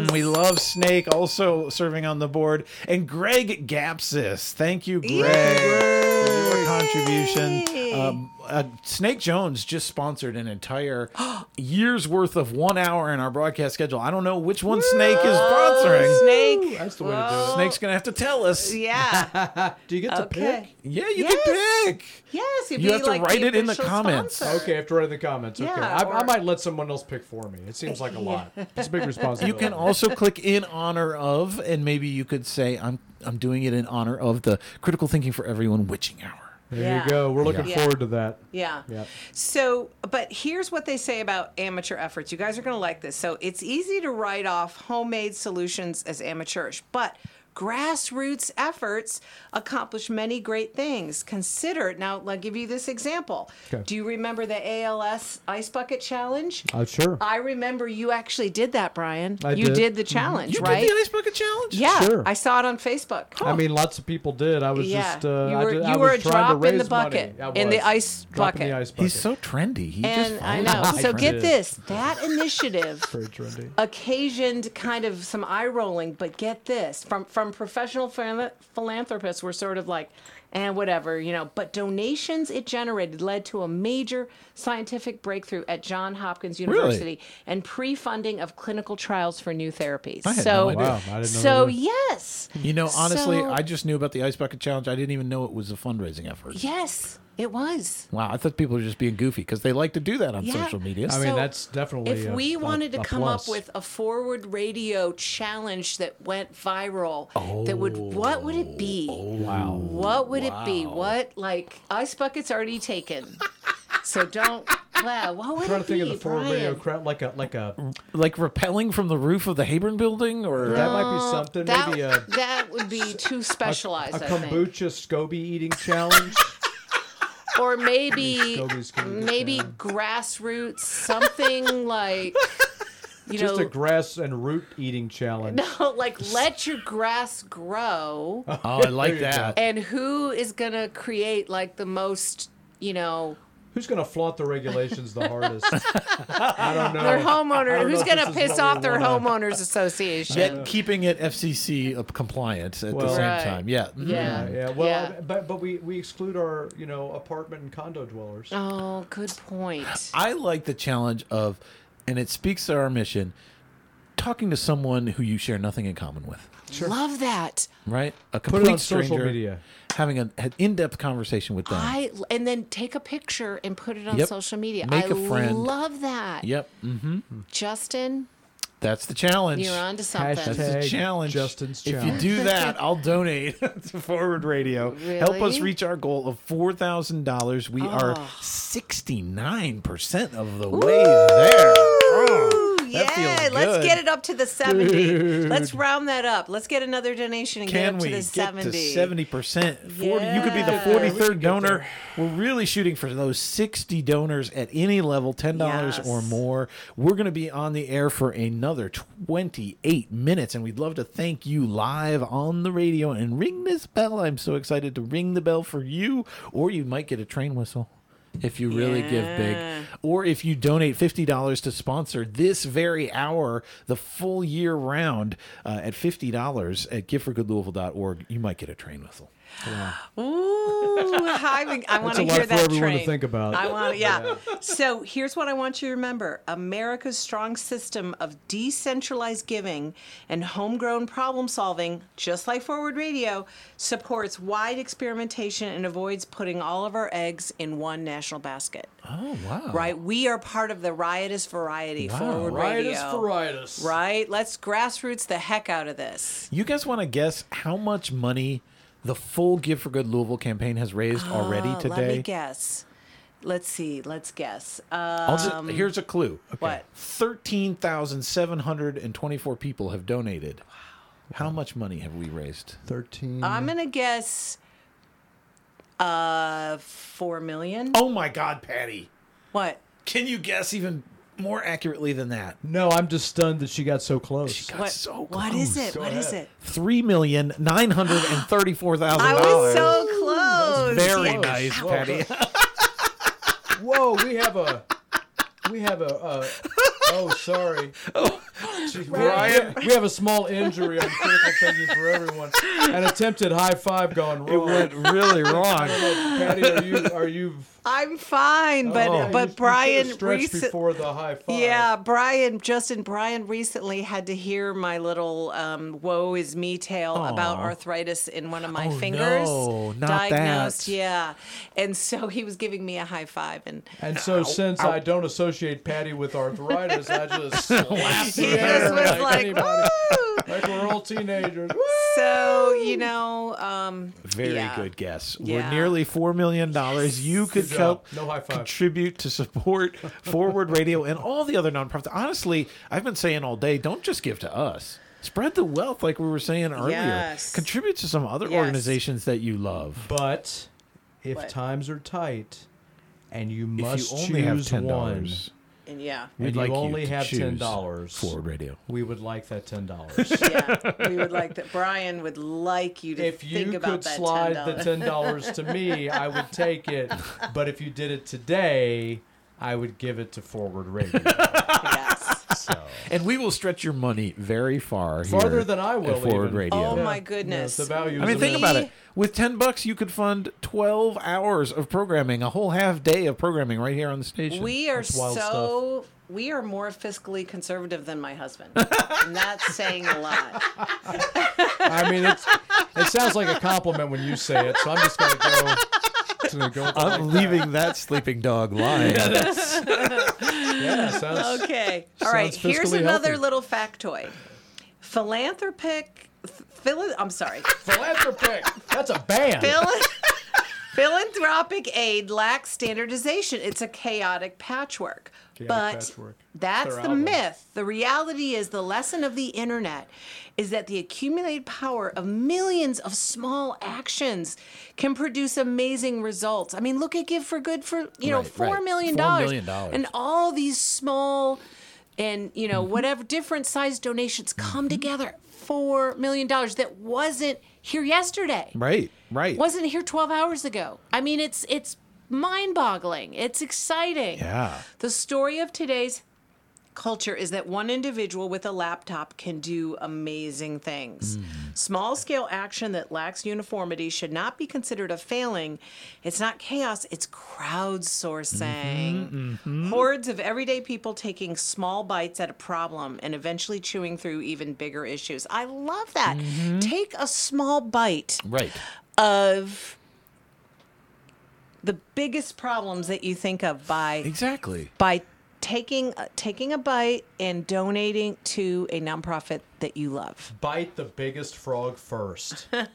A: Mm, We love Snake, also serving on the board, and Greg Gapsis. Thank you, Greg,
C: Yay.
A: for your contribution. Um, uh, Snake Jones just sponsored an entire year's worth of one hour in our broadcast schedule. I don't know which one Snake is sponsoring.
C: Snake. Oh,
B: That's the way to do it.
A: Snake's gonna have to tell us.
C: Yeah.
B: Do you get to
E: Okay.
A: Yeah, you
E: Yes.
A: can pick.
E: Yes, it'd
A: You
E: be
A: have to
E: like
A: write it in the
E: official
A: comments.
E: sponsor.
B: pick? Okay, I have to write in the comments. Okay,
E: Yeah,
B: I, I
E: or-
B: might let someone else pick for me. It seems like a lot. It's a big
A: You
B: responsibility.
A: can also click in honor of, and maybe you could say, "I'm I'm doing it in honor of the critical thinking for everyone witching hour."
B: There
E: Yeah.
B: you go. We're looking
E: Yeah.
B: forward to that.
E: Yeah.
B: Yep.
C: So, but here's what they say about amateur efforts. You guys are going to like this. So, it's easy to write off homemade solutions as amateurish, but grassroots efforts accomplish many great things. Consider now, I'll give you this example.
B: Okay.
C: Do you remember the ALS Ice Bucket Challenge?
B: Uh, sure.
E: I remember you actually did that, Brian.
B: I
E: you
B: did.
E: did. the challenge,
A: You
E: right?
A: did the ice bucket challenge.
E: yeah,
B: Sure.
E: I saw it on Facebook.
B: I mean, lots of people did. I was
E: Yeah.
B: just. Uh,
E: You
B: I
E: were-
B: ju- I
E: you were
B: was
E: a
B: trying to
E: drop in the
B: raise money.
E: bucket,
B: I
E: in the
B: was.
E: ice
B: Drop in the
E: bucket.
B: ice
A: he's
B: bucket.
A: so trendy.
C: Oh,
A: He
E: and
A: just
E: I
A: follows
E: know.
A: his
E: So
A: friends.
E: get this: that initiative
B: Very trendy.
E: occasioned kind of some eye rolling, but get this from from professional phila- philanthropists were sort of like, and whatever, you know. But donations it generated led to a major scientific breakthrough at John Hopkins University and pre-funding of clinical trials for new therapies.
A: had
E: so,
A: no idea. Wow,
B: I didn't know
E: so
B: that.
E: yes,
A: You know, honestly,
E: So-
A: I just knew about the ice bucket challenge. I didn't even know it was a fundraising effort.
E: yes, it was.
A: Wow, I thought people were just being goofy because they like to do that on
E: Yeah.
A: social media.
B: I mean,
E: So,
B: that's definitely.
E: If
B: a-
E: we
B: a-
E: wanted to
B: a
E: come
B: plus.
E: up with a forward radio challenge that went viral, that would what would it be?
B: Oh,
E: wow. What would it be? What like ice buckets already taken. so don't wow, what would
B: I'm trying
E: it
B: to think
E: be?
B: of the forward radio
E: Brian?
B: crowd, like a like a
E: Um,
A: like rappelling from the roof of the Habern building or
B: that might be something.
E: that,
B: Maybe a
E: that would be too specialized,
B: a
E: I think.
B: kombucha scoby eating challenge.
E: Or maybe
B: Scoby's gonna get
E: maybe
B: down.
E: grassroots, something like you
B: just
E: know
B: a grass and root eating challenge.
E: like let your grass grow.
A: Oh, I like
B: There you
A: that.
E: and who is gonna create like the most you know
B: Who's going to flaunt the regulations the hardest? I don't know.
E: their
B: I
E: homeowner
B: don't
E: who's
B: know if
E: gonna
B: this is
E: piss
B: what we
E: off their
B: wanna-
E: homeowners association
A: Yet keeping it FCC up- uh, compliant at
B: Well-
A: the same
E: Right.
A: time. Yeah. Mhm.
E: yeah
B: Yeah, well,
E: Yeah.
B: but but we we exclude our you know apartment and condo dwellers.
C: Uh-huh.
E: oh good point
A: I like the challenge of, and it speaks to our mission, talking to someone who you share nothing in common with.
E: love that
A: Right? A
B: it
A: complete
B: on social
A: stranger
B: media.
A: having an, an in-depth conversation with them.
E: I and then take a picture and put it on
A: Yep.
E: social media
A: Make
E: I
A: a friend.
E: love that
A: yep, mm,
E: Justin
A: that's the challenge.
E: you're onto something
A: That's the
B: Hashtag
A: challenge.
B: Justin's
A: If
B: challenge.
A: you do that, I'll donate to Forward Radio. Help us
E: Really? Oh.
A: reach our goal of four thousand dollars. We are sixty nine percent of the way there. Oh,
C: Ooh,
A: that feels
C: yeah. Let's
A: good.
C: get it up to the 70. Let's round that up. Let's get another donation and
A: Can
C: get up
A: we
C: to the
A: get
C: 70.
A: to seventy percent? Forty. You could be the
C: Yeah.
A: forty third donor. We're really shooting for those sixty donors at any level, ten dollars
C: Yes.
A: or more. We're going to be on the air for another twenty eight minutes, and we'd love to thank you live on the radio and ring this bell. I'm so excited to ring the bell for you, or you might get a train whistle. If you really give
C: Yeah.
A: big, or if you donate fifty dollars to sponsor this very hour, the full year round uh, at fifty dollars at giveforgoodlouisville.org, you might get a train whistle.
C: Ooh, I, I want
B: a
C: to
B: lot
C: hear
B: for
C: that
B: everyone to
C: train.
B: think about.
C: I want, yeah. So here's what I want you to remember: America's strong system of decentralized giving and homegrown problem solving, just like Forward Radio, supports wide experimentation and avoids putting all of our eggs in one national basket.
A: Oh wow!
C: Right? We are part of the riotous variety.
A: Wow.
C: Forward
B: Riotous
C: Radio.
B: varietus.
C: Right? Let's grassroots the heck out of this.
A: You guys want to guess how much money the full Give for Good Louisville campaign has raised already
C: Uh,
A: today?
C: Let me guess. Let's see. Let's guess. Uh,
A: I'll just- here's a clue.
C: What?
A: Thirteen thousand seven hundred and twenty-four people have donated. How much money have we raised?
B: 13
C: I'm
A: Mm-hmm.
C: gonna guess. Uh, four million.
A: Oh my God, Patty!
C: What?
A: Can you guess even more accurately than that?
B: No, I'm just stunned that she got so close.
A: God,
C: What?
A: so
C: what is
A: close.
C: it? What is
B: ahead.
C: it?
A: Three million nine hundred and thirty-four thousand
C: I
A: dollars.
C: was so close.
A: very
C: Yeah.
A: nice,
B: Whoa.
A: Patty.
B: Whoa, we have a we have a uh, oh sorry.
A: Ryan,
B: We have a small injury on critical thinking for everyone. An attempted high five gone
A: it
B: wrong.
A: went really wrong.
B: Patty, are you are you?
C: I'm fine, but
A: Oh.
B: you- you
C: but
B: should've
C: Brian
B: stretched
C: recent-
B: before the high five.
C: Yeah, Brian, Justin, Brian recently had to hear my little um, "woe is me" tale about arthritis in one of my fingers.
A: Oh, no, not that.
C: diagnosed, yeah, and so he was giving me a high five, and
B: And so since I don't associate Patty with arthritis, I just slapped
C: he
B: the air
C: just was like,
B: anybody.
C: "Woo!"
B: Like we're all teenagers.
C: So you know, um,
A: Very
C: yeah.
A: good guess. We're
C: Yeah.
A: nearly four million dollars. You could
B: Good job.
A: help
B: No high five.
A: contribute to support Forward Radio and all the other nonprofits. Honestly, I've been saying all day, don't just give to us. Spread the wealth, like we were saying earlier.
C: Yes.
A: Contribute to some other
C: Yes.
A: organizations that you love.
B: But if
C: What?
B: times are tight, and you
A: If
B: must
A: you only have
B: choose
A: ten
B: one,
A: dollars,
C: And yeah,
A: we'd
B: and
A: like
B: you only
A: to
B: have
A: choose
B: ten dollars,
A: Forward Radio.
B: we would like that ten dollars.
C: yeah, we would like that. Brian would like you to
B: if
C: think
B: you
C: about
B: could
C: that
B: slide
C: $10.
B: the ten dollars to me, I would take it. But if you did it today, I would give it to Forward Radio.
C: Yes.
B: So.
A: And we will stretch your money very far.
B: Farther
A: here
B: than I
A: at
B: will
A: Forward
B: even. Um,
A: Radio.
C: Oh
B: Yeah.
C: my
B: Yeah,
C: goodness!
B: the
A: I
B: value is
A: mean, think
C: We-
A: about it. With ten bucks, you could fund twelve hours of programming, a whole half day of programming right here on the station.
C: We are
B: That's wild
C: so we are more fiscally conservative than my husband, and that's saying a lot.
B: I mean, it's, it sounds like a compliment when you say it, so I'm just gonna go. Just gonna go with it.
A: I'm leaving that sleeping dog lying.
B: yeah, sounds,
C: Okay, all right.
B: Sounds
C: Here's
B: fiscally
C: another
B: healthy.
C: little factoid: philanthropic, phil- I'm sorry,
B: philanthropic. That's a band.
C: phil- philanthropic aid lacks standardization. It's a chaotic patchwork.
B: Chaotic
C: but
B: patchwork.
C: that's
B: Their
C: the
B: album.
C: myth. The reality is the lesson of the internet is that the accumulated power of millions of small actions can produce amazing results. I mean, look at Give for Good for you know
A: Right,
C: four
A: right.
C: million
A: Four
C: dollars,
A: million dollars. Mm-hmm.
C: and all these small and you know whatever different size donations come together four million dollars that wasn't here yesterday
A: right, right.
C: wasn't here 12 hours ago. I mean, it's it's mind-boggling. It's exciting.
A: Yeah.
C: The story of today's culture is that one individual with a laptop can do amazing things. Small-scale action that lacks uniformity should not be considered a failing. It's not chaos, it's crowdsourcing. Hordes of everyday people taking small bites at a problem and eventually chewing through even bigger issues. I love that. Take a small bite
A: Right.
C: of the biggest problems that you think of by
A: Exactly.
C: by taking uh, taking a bite and donating to a nonprofit that you love.
B: Bite the biggest frog first. I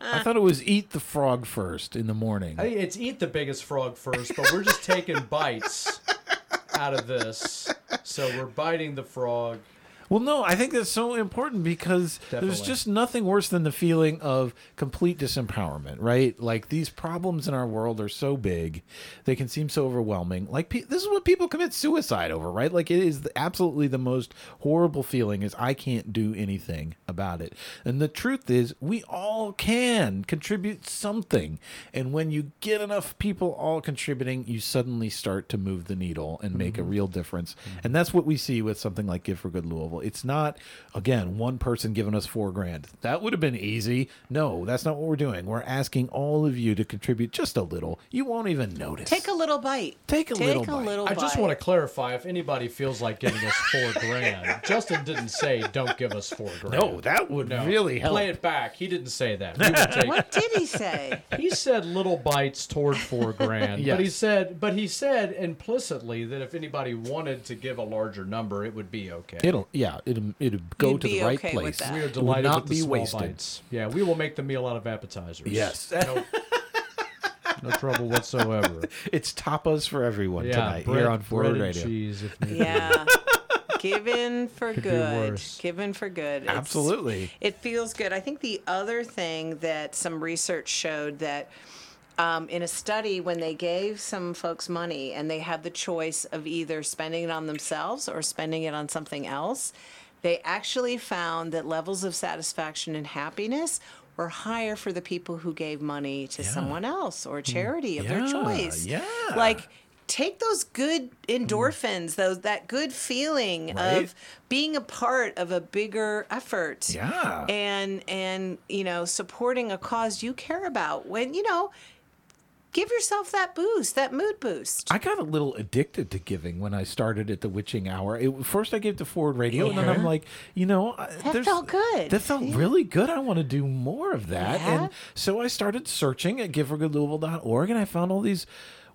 A: I thought it was eat the frog first in the morning.
B: think it's eat the biggest frog first, but we're just taking bites out of this. So we're biting the frog.
A: Well, no, I think that's so important because there's
B: Definitely.
A: just nothing worse than the feeling of complete disempowerment, right? Like these problems in our world are so big, they can seem so overwhelming. Like pe- this is what people commit suicide over, right? Like it is the, absolutely the most horrible feeling is I can't do anything about it. And the truth is, we all can contribute something. And when you get enough people all contributing, you suddenly start to move the needle and make
B: Mm-hmm.
A: a real difference. And that's what we see with something like Give for Good Louisville. It's not, again, one person giving us four grand. That would have been easy. No, that's not what we're doing. We're asking all of you to contribute just a little. You won't even notice.
C: Take a little bite.
A: Take a little bite.
B: I just
C: bite.
B: want to clarify if anybody feels like giving us four grand. Justin didn't say don't give us four grand.
A: no, that would
B: No.
A: really help.
B: Play it back. He didn't say that. We would take
C: What did he say?
B: He said little bites toward four grand, but he
A: Yes.
B: said, but he said implicitly that if anybody wanted to give a larger number, it would be okay.
A: It'll yeah, it'll it'll go
C: You'd
A: to
C: be
A: the right
C: okay with
A: place.
C: that.
B: we are
A: It will
B: delighted
A: not
B: with the
A: be
B: small
A: wasted.
B: bites. Yeah, we will make the meal out of appetizers.
A: Yes.
B: no, no trouble whatsoever.
A: It's tapas for everyone
B: Yeah,
A: tonight
B: bread,
A: here on Forward
B: bread
A: Radio.
B: And cheese, if need be.
C: Yeah. Given for
B: be
C: good.
B: worse.
C: Given for good. It's-
A: Absolutely.
C: It feels good. I think the other thing that some research showed that um, in a study, when they gave some folks money and they had the choice of either spending it on themselves or spending it on something else, they actually found that levels of satisfaction and happiness were higher for the people who gave money to someone else or a charity of
A: Hmm. Yeah,
C: their choice.
A: yeah.
C: Like, take those good endorphins, those that good feeling
A: Right.
C: of being a part of a bigger effort.
A: Yeah.
C: And and you know, supporting a cause you care about. When you know, give yourself that boost, that mood boost.
A: I got a little addicted to giving when I started at the witching hour. It, first, I gave to Forward Radio, and then I'm like, you know, I- there's-
C: felt good.
A: That felt really good. I want to do more of that. And so I started searching at giveforgoodlouisville.org, and I found all these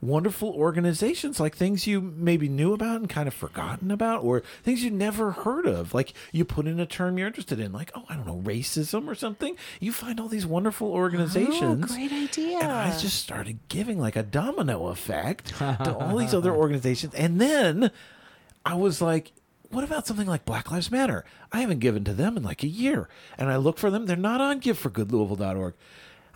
A: wonderful organizations, like things you maybe knew about and kind of forgotten about, or things you never heard of. Like you put in a term you're interested in, like, oh, I don't know, racism or something. You find all these wonderful organizations.
C: Oh, great idea.
A: And I just just started giving like a domino effect to all these other organizations. And then I was like, what about something like Black Lives Matter? I haven't given to them in like a year. And I look for them. They're not on giveforgoodlouisville.org.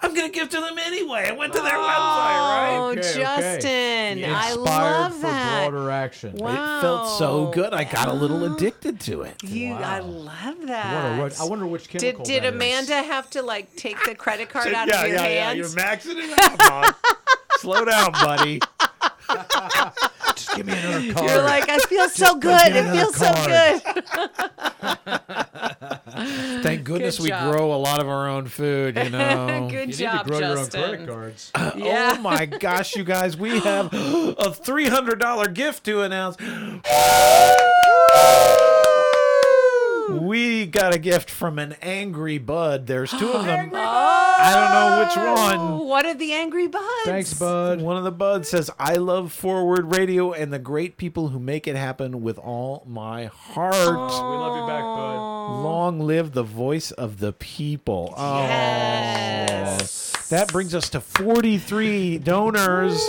A: I'm going to give to them anyway. I went to their website, right?
C: Oh,
B: okay.
C: Justin, I
B: Inspired
C: love
B: for
C: that.
B: broader action.
C: Wow.
A: It felt so good. I got a little addicted to it.
C: You, I love that.
B: I wonder, I wonder which
C: did
B: chemical.
C: did
B: that is.
C: Amanda have to like take the credit card out of your hands?
A: maxing it out, Mom. Slow down, buddy.
B: Just give me another card.
C: You're like, I feel so good. It
B: another
C: feels so
B: card.
C: good.
A: Thank goodness we
E: job.
A: grow a lot of our own food, you know.
E: Good
B: you need to
E: job,
B: grow
E: Justin.
B: your own credit cards.
A: Oh my gosh, you guys, we have a $300 gift to announce. We got a gift from an angry bud. There's two of them. I don't know which one.
C: Oh, What are the angry buds?
B: Thanks, bud.
A: One of the buds says, I love Forward Radio and the great people who make it happen with all my heart.
B: We love you back, bud.
A: Long live the voice of the people. Oh.
C: Yes.
A: That brings us to 43 donors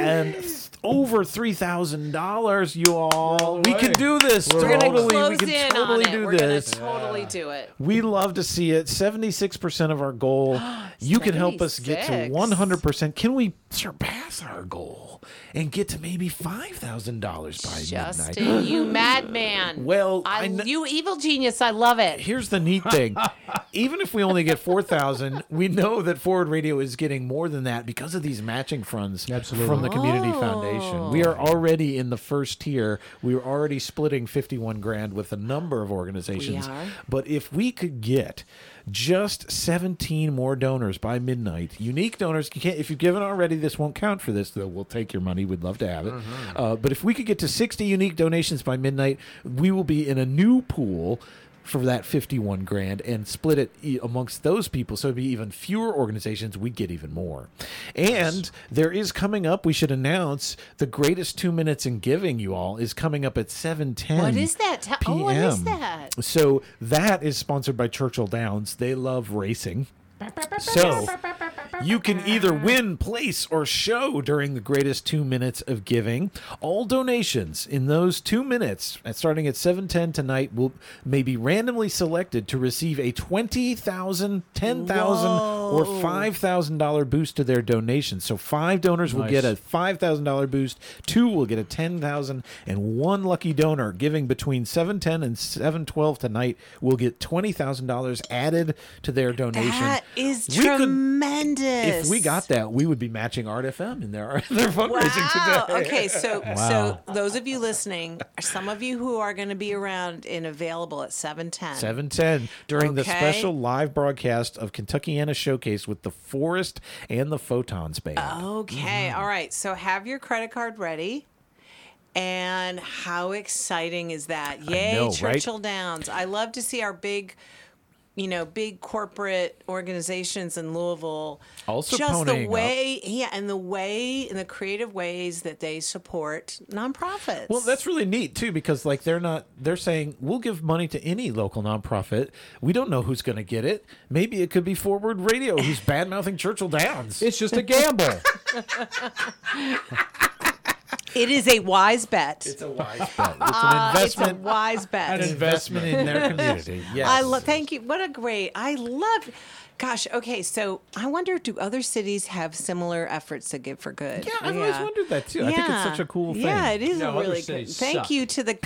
A: and th- over $3,000, you all. We
B: way.
A: can do this.
B: We're
C: We're
B: all
A: totally.
C: gonna
B: the way.
A: we
C: close
A: can
C: in
A: totally
C: on it.
A: do
C: We're
A: this.
C: gonna totally do it.
A: We love to see it. 76% of our goal. you can help us get to
C: 76.
A: 100%. Can we surpass our goal and get to maybe $5,000 by midnight?
E: Justin, you madman.
A: Well,
E: I,
A: I kn-
E: you evil genius. I love it.
A: here's the neat thing even if we only get 4000 we know that forward radio is getting more than that because of these matching funds
B: Absolutely.
A: from the community foundation we
E: Oh.
A: are already in the first tier we are already splitting 51 grand with a number of organizations
E: We are.
A: but if we could get just 17 more donors by midnight unique donors you can't if you've given already this won't count for this though we'll take your money we'd love to have it
E: Mm-hmm.
A: uh, but if we could get to 60 unique donations by midnight we will be in a new pool for that 51 grand and split it e- amongst those people so it'd be even fewer organizations we'd get even more and there is coming up we should announce the greatest two minutes in giving you all is coming up at 7.10
E: What is that? Tell- oh, what is
A: PM.
E: that?
A: So that is sponsored by Churchill Downs. They love racing. So you can either win, place, or show during the greatest two minutes of giving. All donations in those two minutes, at- starting at 7:10 tonight, will may be randomly selected to receive a twenty thousand, ten thousand, or five thousand dollar boost to their donation. So five donors will get a five thousand dollar boost. Two will get a ten thousand, and one lucky donor giving between seven ten and seven twelve tonight will get twenty thousand dollars added to their donation.
C: That is
A: We could-
C: tremendous.
A: if we got that, we would be matching Art FM in their their fundraising
C: Wow.
A: today.
C: Okay, so so those of you listening, some of you who are going to be around and available at 7:10.
A: 710 during the
C: Okay.
A: special live broadcast of Kentuckiana Showcase with the Forest and the Photons Band.
C: Oh, Okay,
A: Mm-hmm.
C: all right. So have your credit card ready. And how exciting is that? Yay,
A: know, right?
C: Churchill Downs. I love to see our big, you know, big corporate organizations in Louisville.
A: Also
C: just
A: ponying
C: the
A: up.
C: way, yeah, and the way and the creative ways that they support nonprofits.
A: Well, that's really neat too because like they're not they're saying we'll give money to any local nonprofit. We don't know who's going to get it. Maybe it could be Forward Radio who's bad mouthing Churchill Downs.
B: It's just a gamble.
C: it is a wise bet.
A: a wise bet. It's an
C: It's a
A: investment
C: wise bet.
A: investment in their community. Yes.
C: I love. Thank you. What a great. I love. Gosh. Okay. So I wonder, do other cities have similar efforts to give for good?
A: Yeah, I've always wondered that too. I think it's such a cool thing.
C: Yeah, it is
B: No,
C: a
B: other
C: really good.
B: cities
C: Thank
B: suck.
C: you to the,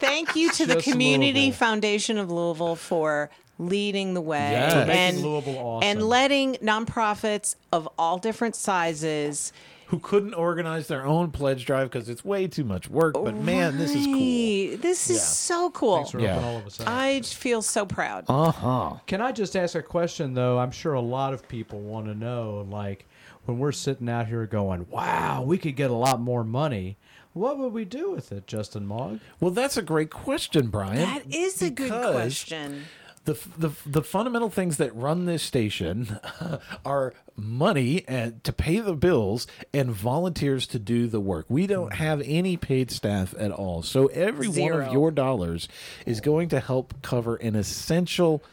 C: thank you to the
B: Just
C: Community
B: Louisville.
C: Foundation of Louisville for leading the way
A: Yes. For
B: making Louisville awesome.
C: and letting nonprofits of all different sizes
A: who couldn't organize their own pledge drive because it's way too much work. But man, this is cool.
C: Hey, This is
A: Yeah.
C: so cool.
B: Thanks for
A: Yeah.
B: helping all of us out.
C: I feel so proud.
A: Uh huh.
B: Can I just ask a question though? I'm sure a lot of people want to know, like, when we're sitting out here going, "Wow, we could get a lot more money." What would we do with it, Justin Mogg?
A: Well, that's a great question, Brian.
C: that is a good
A: because
C: question.
A: The, f- the, f- the fundamental things that run this station are money and to pay the bills and volunteers to do the work. We don't have any paid staff at all. So every one
C: Mm. Zero.
A: of your dollars is going to help cover an essential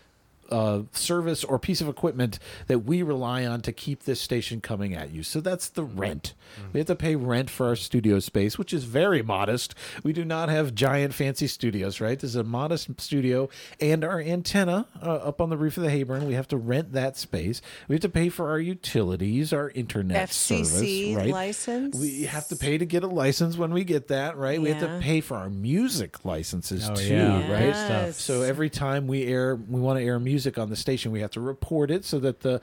A: uh, service or piece of equipment that we rely on to keep this station coming at you. So that's the rent. We have to pay rent for our studio space, which is very modest. We do not have giant fancy studios, right? This is a modest studio, and our antenna uh, up on the roof of the Hayburn. We have to rent that space. We have to pay for our utilities, our internet
C: FCC
A: service, right?
C: license?
A: We have to pay to get a license when we get that, right? We have to
C: Yeah.
A: pay for our music licenses
B: Oh,
A: too, right?
B: great stuff.
C: Yes.
A: So every time we air, we want to air music on the station, we have to report it so that the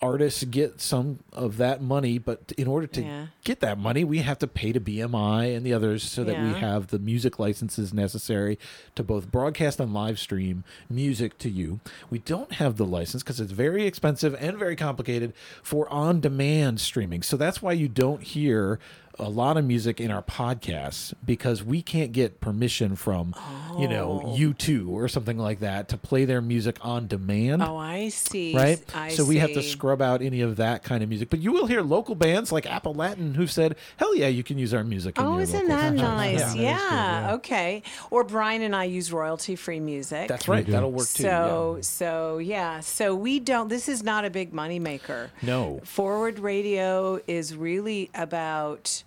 A: artists get some of that money. But in order to
C: Yeah.
A: get that money, we have to pay to BMI and the others so that we
C: Yeah.
A: have the music licenses necessary to both broadcast and live stream music to you. We don't have the license because it's very expensive and very complicated for on demand streaming. So that's why you don't hear a lot of music in our podcasts because we can't get permission from you know
C: Oh.
A: U2 or something like that to play their music on demand
C: Oh, I see.
A: right?
C: I
A: so we have to
C: see.
A: scrub out any of that kind of music. But you will hear local bands like Apple Latin who've said, "Hell yeah, you can use our music." in
C: Oh,
A: your
C: isn't
A: local
C: that
A: station."
C: nice?
B: that is good,
C: Yeah,
B: yeah.
C: Okay. Or Brian and I use royalty free music.
A: That's right. That'll work too.
C: So, so yeah. So we don't. This is not a big moneymaker.
A: No.
C: Forward radio is really about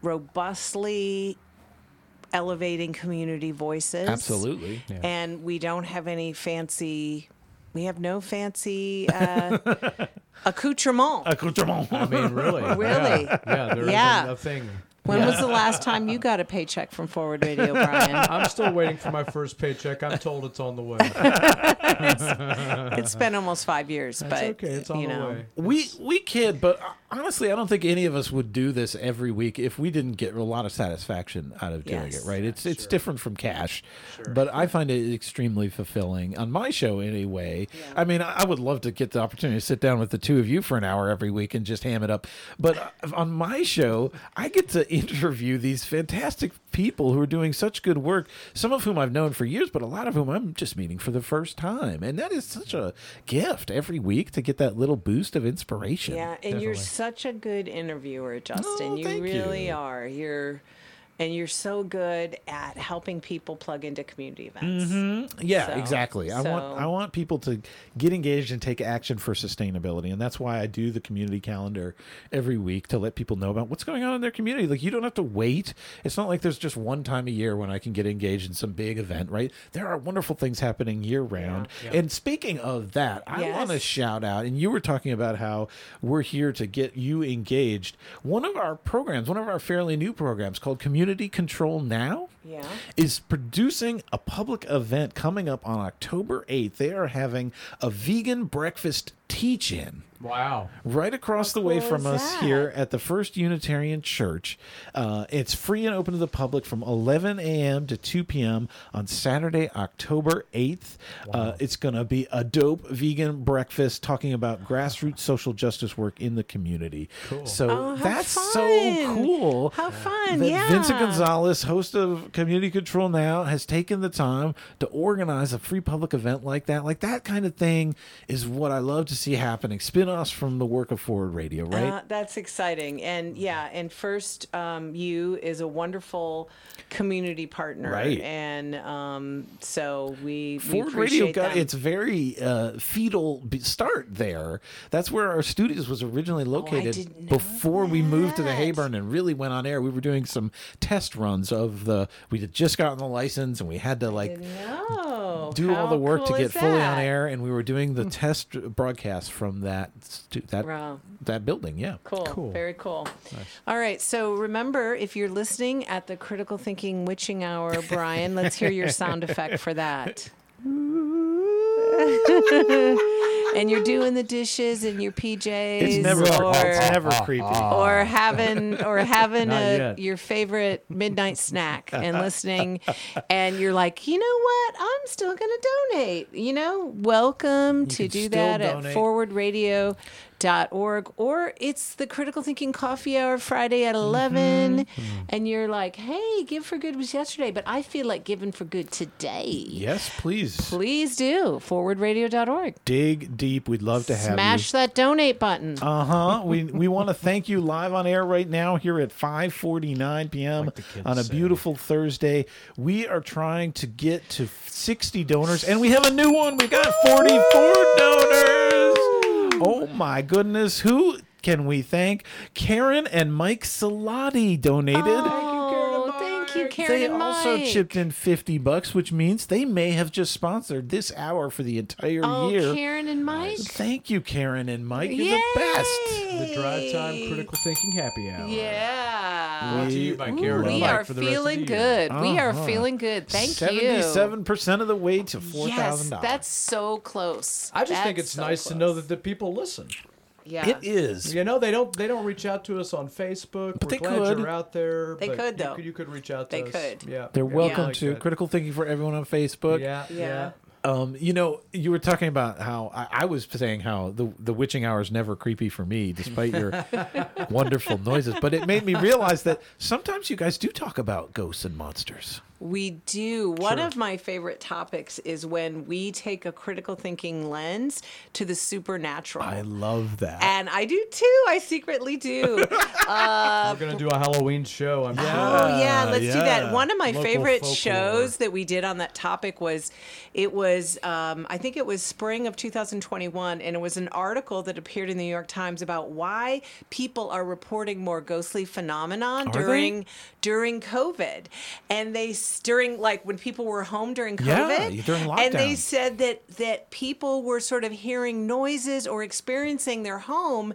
C: robustly elevating community voices.
A: yeah. absolutely.
C: And we don't have any fancy. We have no fancy uh, accoutrement.
A: Accoutrement.
B: I mean, really?
C: Really?
B: Yeah, yeah there
C: Yeah.
B: not a thing.
C: When was the last time you got a paycheck from Forward Radio, Brian?
B: I'm still waiting for my first paycheck. I'm told it's on the way.
C: It's been almost five years,
B: That's
C: but
B: okay. It's on
C: you
B: the
C: know,
B: way.
A: We we kid, but uh, honestly, I don't think any of us would do this every week if we didn't get a lot of satisfaction out of doing
C: Yes.
A: it. Right? It's it's different from cash, but I find it extremely fulfilling on my show anyway. I mean, I I would love to get the opportunity to sit down with the two of you for an hour every week and just ham it up. But uh, on my show, I get to interview these fantastic people who are doing such good work. Some of whom I've known for years, but a lot of whom I'm just meeting for the first time, and that is such a gift every week to get that little boost of inspiration.
C: Yeah, and you're such a good interviewer, Justin.
A: Oh,
C: you
A: thank
C: really
A: you.
C: are. You're and you're so good at helping people plug into community events.
B: Mm-hmm.
A: Yeah,
C: So-
A: exactly. I want
C: so-
A: I want people to get engaged and take action for sustainability, and that's why I do the community calendar every week to let people know about what's going on in their community. Like you don't have to wait. It's not like there's just one time a year when I can get engaged in some big event, right? There are wonderful things happening year round. And speaking of that, I
C: Yes.
A: want to shout out. And you were talking about how we're here to get you engaged. One of our programs, one of our fairly new programs called Community Control Now
C: Yeah.
A: is producing a public event coming up on October 8th. They are having a vegan breakfast teach in
B: Wow.
A: right across the way
C: cool
A: from
C: is
A: us
C: that?
A: here at the First Unitarian Church. Uh, it's free and open to the public from 11 a.m. to 2 p.m. on Saturday, October 8th. Uh, it's going to be a dope vegan breakfast talking about grassroots social justice work in the community. So
C: Oh, how
A: that's so
C: fun.
A: cool.
C: How fun,
A: That
C: yeah.
A: Vincent Gonzalez, host of Community Control Now, has taken the time to organize a free public event like that. Like that kind of thing is what I love to see happening. Spin offs from the work of Forward Radio, right? Mm-hmm.
C: Uh, that's exciting. And yeah, and First um, U is a wonderful community partner.
A: Right.
C: And um, so we, we
A: Forward Radio
C: appreciate
A: got
C: them.
A: its very uh, fetal b- start there. That's where our studios was originally located
C: Oh, didn't know
A: before we moved to the
C: that.
A: Hayburn and really went on air. We were doing some test runs of the. We had just gotten the license and we had to like
C: No.
A: do all
C: how
A: the work
C: cool
A: to get
C: is
A: fully on
C: that? Hmm.
A: air, and we were doing the test broadcast from that stu- that
C: Wow.
A: that building. Yeah,
C: Cool. Very cool. All right. So remember, if you're listening at the Critical Thinking Witching Hour, Brian, let's hear your sound effect for that. and you're doing the dishes in your PJs.
A: It's never,
C: or,
A: it's never creepy.
C: or having or having
B: Not
C: a,
B: yet.
C: your favorite midnight snack and listening and you're like you know what i'm still going to donate you know welcome to
B: can
C: do
B: still
C: that at
B: donate.
C: forwardradio.org or it's the critical thinking coffee hour friday at 11 and you're like hey give for good was yesterday but i feel like giving for good today
A: yes, please.
C: please do forwardradio.org
A: Dig deep. We'd love to have you.
C: smash that donate button
A: Uh huh. We we want to thank you live on air right now here at 5:49 p.m.
B: kids
A: on a
B: say.
A: beautiful Thursday. We are trying to get to 60 donors, and we have a new one. We've got 44 donors. Oh my goodness! Who can we thank? Karen and Mike Salati donated.
C: Oh, thank you, Karen
A: They
C: and
A: also
C: Mike.
A: chipped in 50 bucks, which means they may have just sponsored this hour for the entire
C: Oh,
A: year.
C: Karen and Mike.
A: Thank you, Karen and Mike. You're the best.
B: The drive time critical thinking happy hour.
C: Yeah.
B: Brought to you by
C: Ooh,
B: Karen and
C: we
B: Mike
C: are
B: for the rest of the
C: feeling
B: year.
C: good. We are
A: Uh-huh.
C: feeling good. Thank you.
A: Seventy-seven percent of the way to four
C: Yes,
A: thousand
C: that's so close.
B: I just think
C: That's
B: it's
C: so
B: nice to
C: close.
B: know that the people listen.
E: Yeah.
A: It is.
B: You know, they don't they don't reach out to us on Facebook. We're
A: they
B: glad
A: could.
B: you're out there.
C: They
B: but
C: could,
B: you
C: though.
B: Could, you could reach out to
C: They
B: us.
C: could.
B: Yeah.
A: They're
B: yeah,
A: welcome
B: like
A: to
B: that.
A: critical thinking for everyone on Facebook.
B: Yeah. Yeah.
E: Yeah.
A: Um, you know, you were talking about how I, I was saying how the the witching hour is never creepy for me, despite your wonderful noises. But it made me realize that sometimes you guys do talk about ghosts and monsters.
C: We do. One of my favorite topics is when we take a critical thinking lens to the supernatural.
A: I love that.
C: and I do too. I secretly do.
B: We're gonna do a Halloween show. I'm sure.
C: Oh yeah, let's do
A: yeah.
C: that. One of my
B: Local
C: favorite
B: folklore.
C: shows that we did on that topic was, it was, um, I think it was spring of 2021, and it was an article that appeared in the New York Times about why people are reporting more ghostly phenomenon
A: they?
C: during during COVID, and they s- during like when people were home during
A: Yeah,
C: COVID,
A: during
C: and they
A: lockdown.
C: said that that people were sort of hearing noises or experiencing their home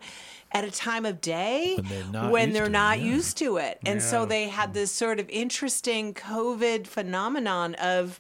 C: at a time of day
A: When they're not
C: when
A: used
C: they're
A: to it,
C: not
A: yeah.
C: used to it. And so they had this sort of interesting COVID phenomenon of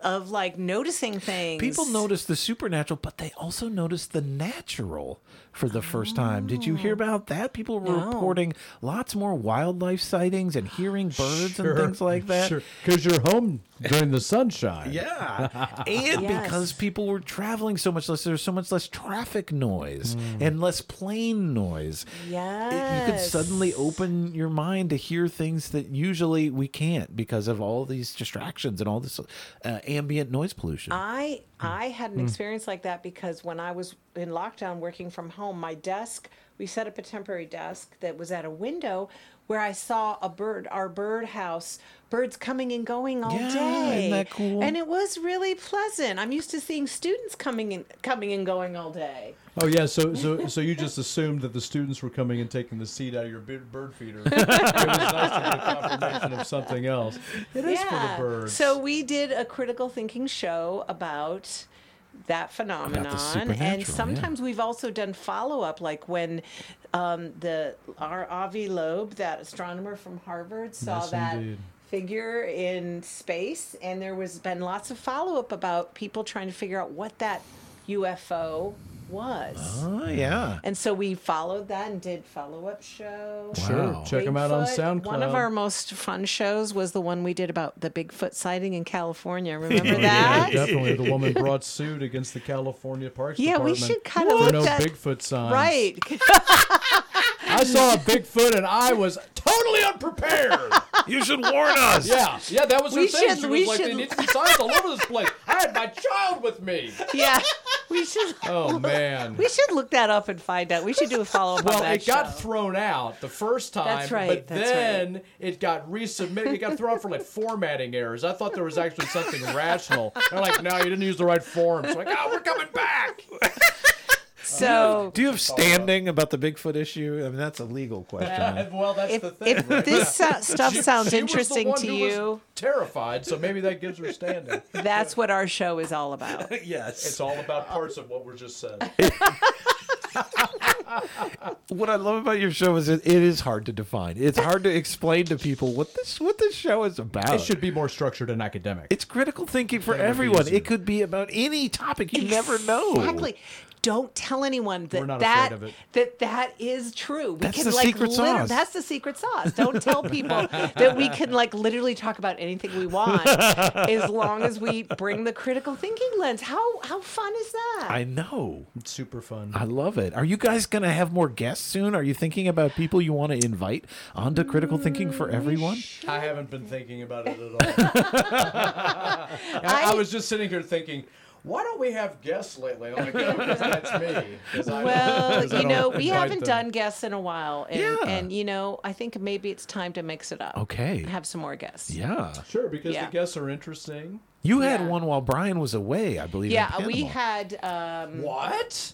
C: of like noticing things.
A: People notice the supernatural, but they also notice the natural for the first time. Did you hear about that? People were
C: No.
A: reporting lots more wildlife sightings and hearing birds
B: Sure,
A: and things like that.
B: Sure. Because you're home during the sunshine.
A: Yeah. And
C: Yes.
A: because people were traveling so much less, there's so much less traffic noise and less plane noise. It- You could
C: Yes.
A: suddenly open your mind to hear things that usually we can't because of all these distractions and all this uh, ambient noise pollution.
C: I I had an experience like that because when I was in lockdown working from home, my desk we set up a temporary desk that was at a window where I saw a bird, our bird house, birds coming and going all
A: Yeah,
C: day.
A: isn't that cool?
C: And it was really pleasant. I'm used to seeing students coming and coming and going all day.
B: Oh yeah. So so so you just assumed that the students were coming and taking the seed out of your bird bird feeder. it was nice to get a confirmation of something else. It is for the birds.
C: So we did a critical thinking show about that phenomenon
A: supernatural, yeah.
C: and sometimes we've also done follow-up like when um, the our avi loeb that astronomer from harvard saw
B: Yes,
C: that
B: indeed.
C: figure in space and there was been lots of follow-up about people trying to figure out what that ufo was
A: oh, yeah.
C: and so we followed that and did follow-up show
B: Sure.
A: Wow.
B: Check them out on
C: Bigfoot.
B: SoundCloud.
C: One of our most fun shows was the one we did about the Bigfoot sighting in California. Remember that?
B: Yeah, definitely. The woman brought suit against the California Parks
C: Yeah, we
B: Department.
C: should kinda
B: for
C: look
B: no
C: that-
B: Bigfoot signs.
C: Right.
B: I saw a Bigfoot and I was totally unprepared.
A: you should warn us.
B: Yeah, yeah, that was her
C: We
B: thing.
C: should-
B: she
C: we
B: was like, "There
C: should-
B: needs to be signs all over this place. I had my child with me.
C: yeah. We should
B: Oh man.
C: we should look that up and find out. We should do a follow up on
B: Well,
C: that
B: it got
C: show.
B: thrown out the first time,
C: That's right,
B: but
C: that's
B: then it got resubmitted. It got thrown out for like formatting errors. I thought there was actually something rational. They're like, no, you didn't use the right form. So like, oh, we're coming back.
C: so
A: Do you have standing about the Bigfoot issue? I mean, that's a legal question.
B: well, that's
C: if,
B: the thing.
C: if
B: right?
C: this so- stuff
B: She-
C: sounds
B: she was the
C: interesting
B: one
C: to
B: who was
C: you,
B: terrified, so maybe that gives her standing.
C: that's what our show is all about.
A: yes.
B: It's all about parts of what we're just said.
A: what I love about your show is it, it is hard to define. It's hard to explain to people what this what this show is about.
B: It should be more structured and academic.
A: It's critical thinking for
B: would be
A: everyone.
B: easier.
A: It could be about any topic. You never know.
C: Exactly. Don't tell anyone that
B: We're not
C: that,
B: afraid of it.
C: that that is true. We
A: That's
C: can
A: the
C: like
A: secret
C: liter-
A: sauce.
C: That's the secret sauce. Don't tell people that we can like literally talk about anything we want as long as we bring the critical thinking lens. How how fun is that?
A: I know.
B: It's super fun.
A: I love it. Are you guys going to have more guests soon? Are you thinking about people you want to invite onto critical thinking
C: Mm,
A: for everyone?
B: I haven't been thinking about it at all. I, I was just sitting here thinking, why don't we have guests lately? And I'm like, "No, 'cause that's me. 'Cause I don't-
C: well,
B: 'cause I
C: you
B: don't
C: know, we
B: invite
C: haven't
B: them."
C: done guests in a while, and,
A: Yeah.
C: and you know, I think maybe it's time to mix it up.
A: Okay.
C: have some more guests.
A: Yeah.
B: Sure, because
C: Yeah.
B: the guests are interesting.
A: You had
C: Yeah.
A: one while Brian was away, I believe. in
C: Yeah, we
A: Panama.
C: had um,
B: What?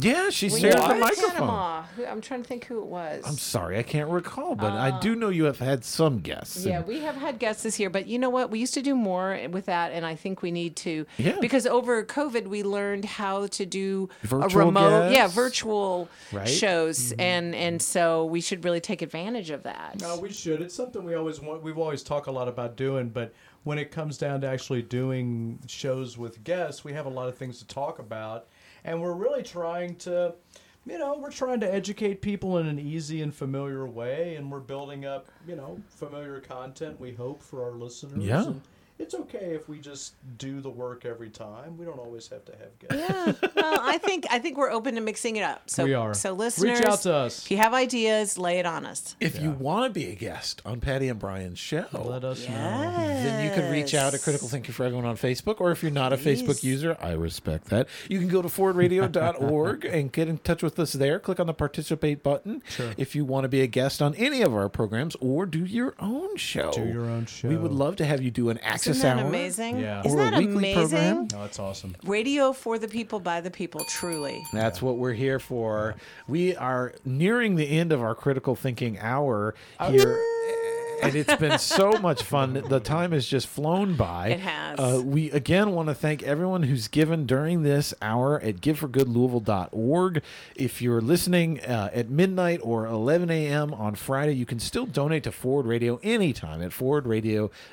A: Yeah, she
C: we
A: stared
C: were
A: at the
C: in
A: microphone.
C: Panama. Who- I'm trying to think who it was.
A: I'm sorry, I can't recall, but I do know you have had some guests.
C: Yeah,
A: and-
C: we have had guests this year, but you know what? We used to do more with that, and I think we need to.
A: Yeah.
C: Because over COVID, we learned how to do
A: Virtual
C: a remote, yeah,
A: guests.
C: virtual
A: Right. Mm-hmm.
C: shows, and and so we should really take advantage of that.
B: No, we should. It's something we always want. We've always talked a lot about doing, but when it comes down to actually doing shows with guests, we have a lot of things to talk about, and we're really trying to, you know, we're trying to educate people in an easy and familiar way, and we're building up, you know, familiar content. We hope for our listeners.
A: Yeah.
B: And it's okay if we just do the work every time. We don't always have to have guests.
C: Yeah. Well, I think I think we're open to mixing it up. So
B: We are.
C: So
B: Reach
C: listeners,
B: out to us.
C: If you have ideas, lay it on us.
A: If you want to be a guest on Patty and Brian's show,
B: Let us know.
A: then you can reach out at Critical Thinking for Everyone on Facebook. Or if you're not a Facebook
C: Please.
A: user, I respect that. You can go to forwardradio.org and get in touch with us there. Click on the participate button if you want to be a guest on any of our programs or do your own show. Do
B: your own
A: We
B: show.
A: would love to have you do an access
C: Isn't that
A: hour.
C: amazing?
B: Yeah.
C: Isn't
A: Or a
C: that
A: weekly
C: amazing?
A: program.
B: No, that's awesome.
C: Radio for the people by the people, truly.
A: That's what we're here for. We are nearing the end of our critical thinking hour here. And it's been so much fun. The time has just flown by.
C: It has.
A: Uh, we again want to thank everyone who's given during this hour at giveforgoodlouisville.org. If you're listening uh, at midnight or 11 a.m. on Friday, you can still donate to Forward Radio anytime at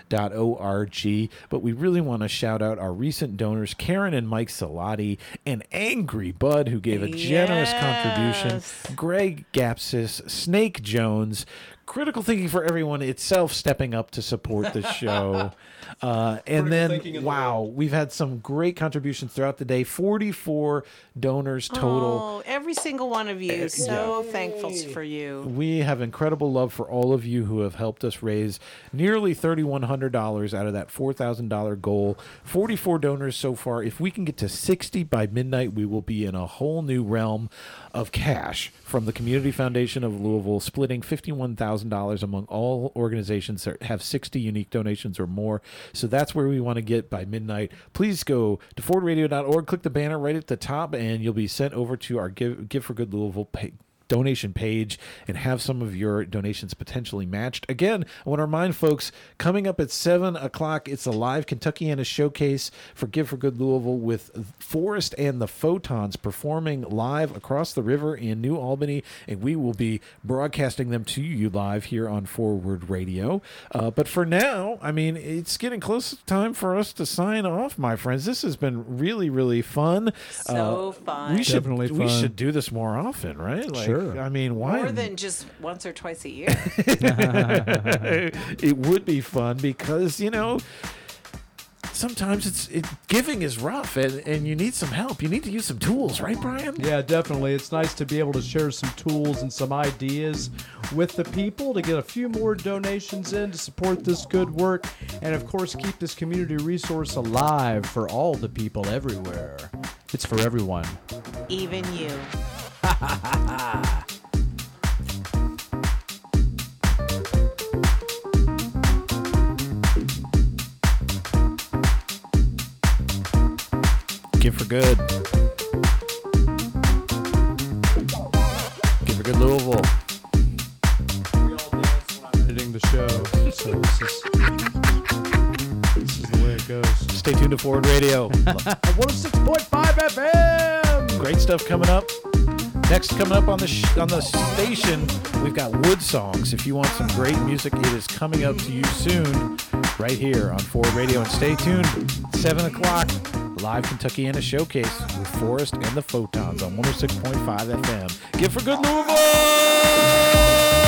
A: forwardradio.org. But we really want to shout out our recent donors, Karen and Mike Salati, and Angry Bud, who gave a generous
C: Yes.
A: contribution, Greg Gapsis, Snake Jones, Critical Thinking for Everyone itself stepping up to support the show. Uh, and
B: thinking
A: then,
B: in the
A: wow, we've had some great contributions throughout the day 44 donors total. Eh,
C: Oh, every single one of you. So thankful for you.
A: We have incredible love for all of you who have helped us raise nearly $3,100 out of that $4,000 goal. 44 donors so far. If we can get to 60 by midnight, we will be in a whole new realm of cash from the Community Foundation of Louisville, splitting $51,000 among all organizations that have 60 unique donations or more. So that's where we want to get by midnight. Please go to forwardradio.org, click the banner right at the top, and you'll be sent over to our Give, Give for Good Louisville page donation page and have some of your donations potentially matched. Again, I want to remind folks coming up at 7 o'clock, it's a live Kentuckiana showcase for Give for Good Louisville with Forest and the Photons performing live across the river in New Albany. And we will be broadcasting them to you live here on Forward Radio. Uh, but for now, I mean, it's getting close to time for us to sign off, my friends. This has been really, really fun.
C: So fun.
A: Uh, We should,
B: Definitely
A: we
B: fun.
A: should do this more often, right? Like,
B: Sure.
A: I mean, why?
C: More than just once or twice a year.
A: it would be fun because you know sometimes it's it, giving is rough and and you need some help. You need to use some tools, right, Brian?
B: Yeah, definitely. It's nice to be able to share some tools and some ideas with the people to get a few more donations in to support this good work and, of course, keep this community resource alive for all the people everywhere. It's for everyone.
C: Even you.
A: Give for good. Give for good Louisville.
B: Editing the show. So this is, this is the way it goes.
A: Stay tuned to Forward Radio.
B: 106.5 FM!
A: Great stuff coming up. Next, coming up on the sh- on the station, we've got Wood Songs. If you want some great music, it is coming up to you soon, right here on Ford Radio. And stay tuned. Seven o'clock, live Kentuckiana Showcase with Forrest oh and the Photons on 106.5 FM. Give for good Louisville.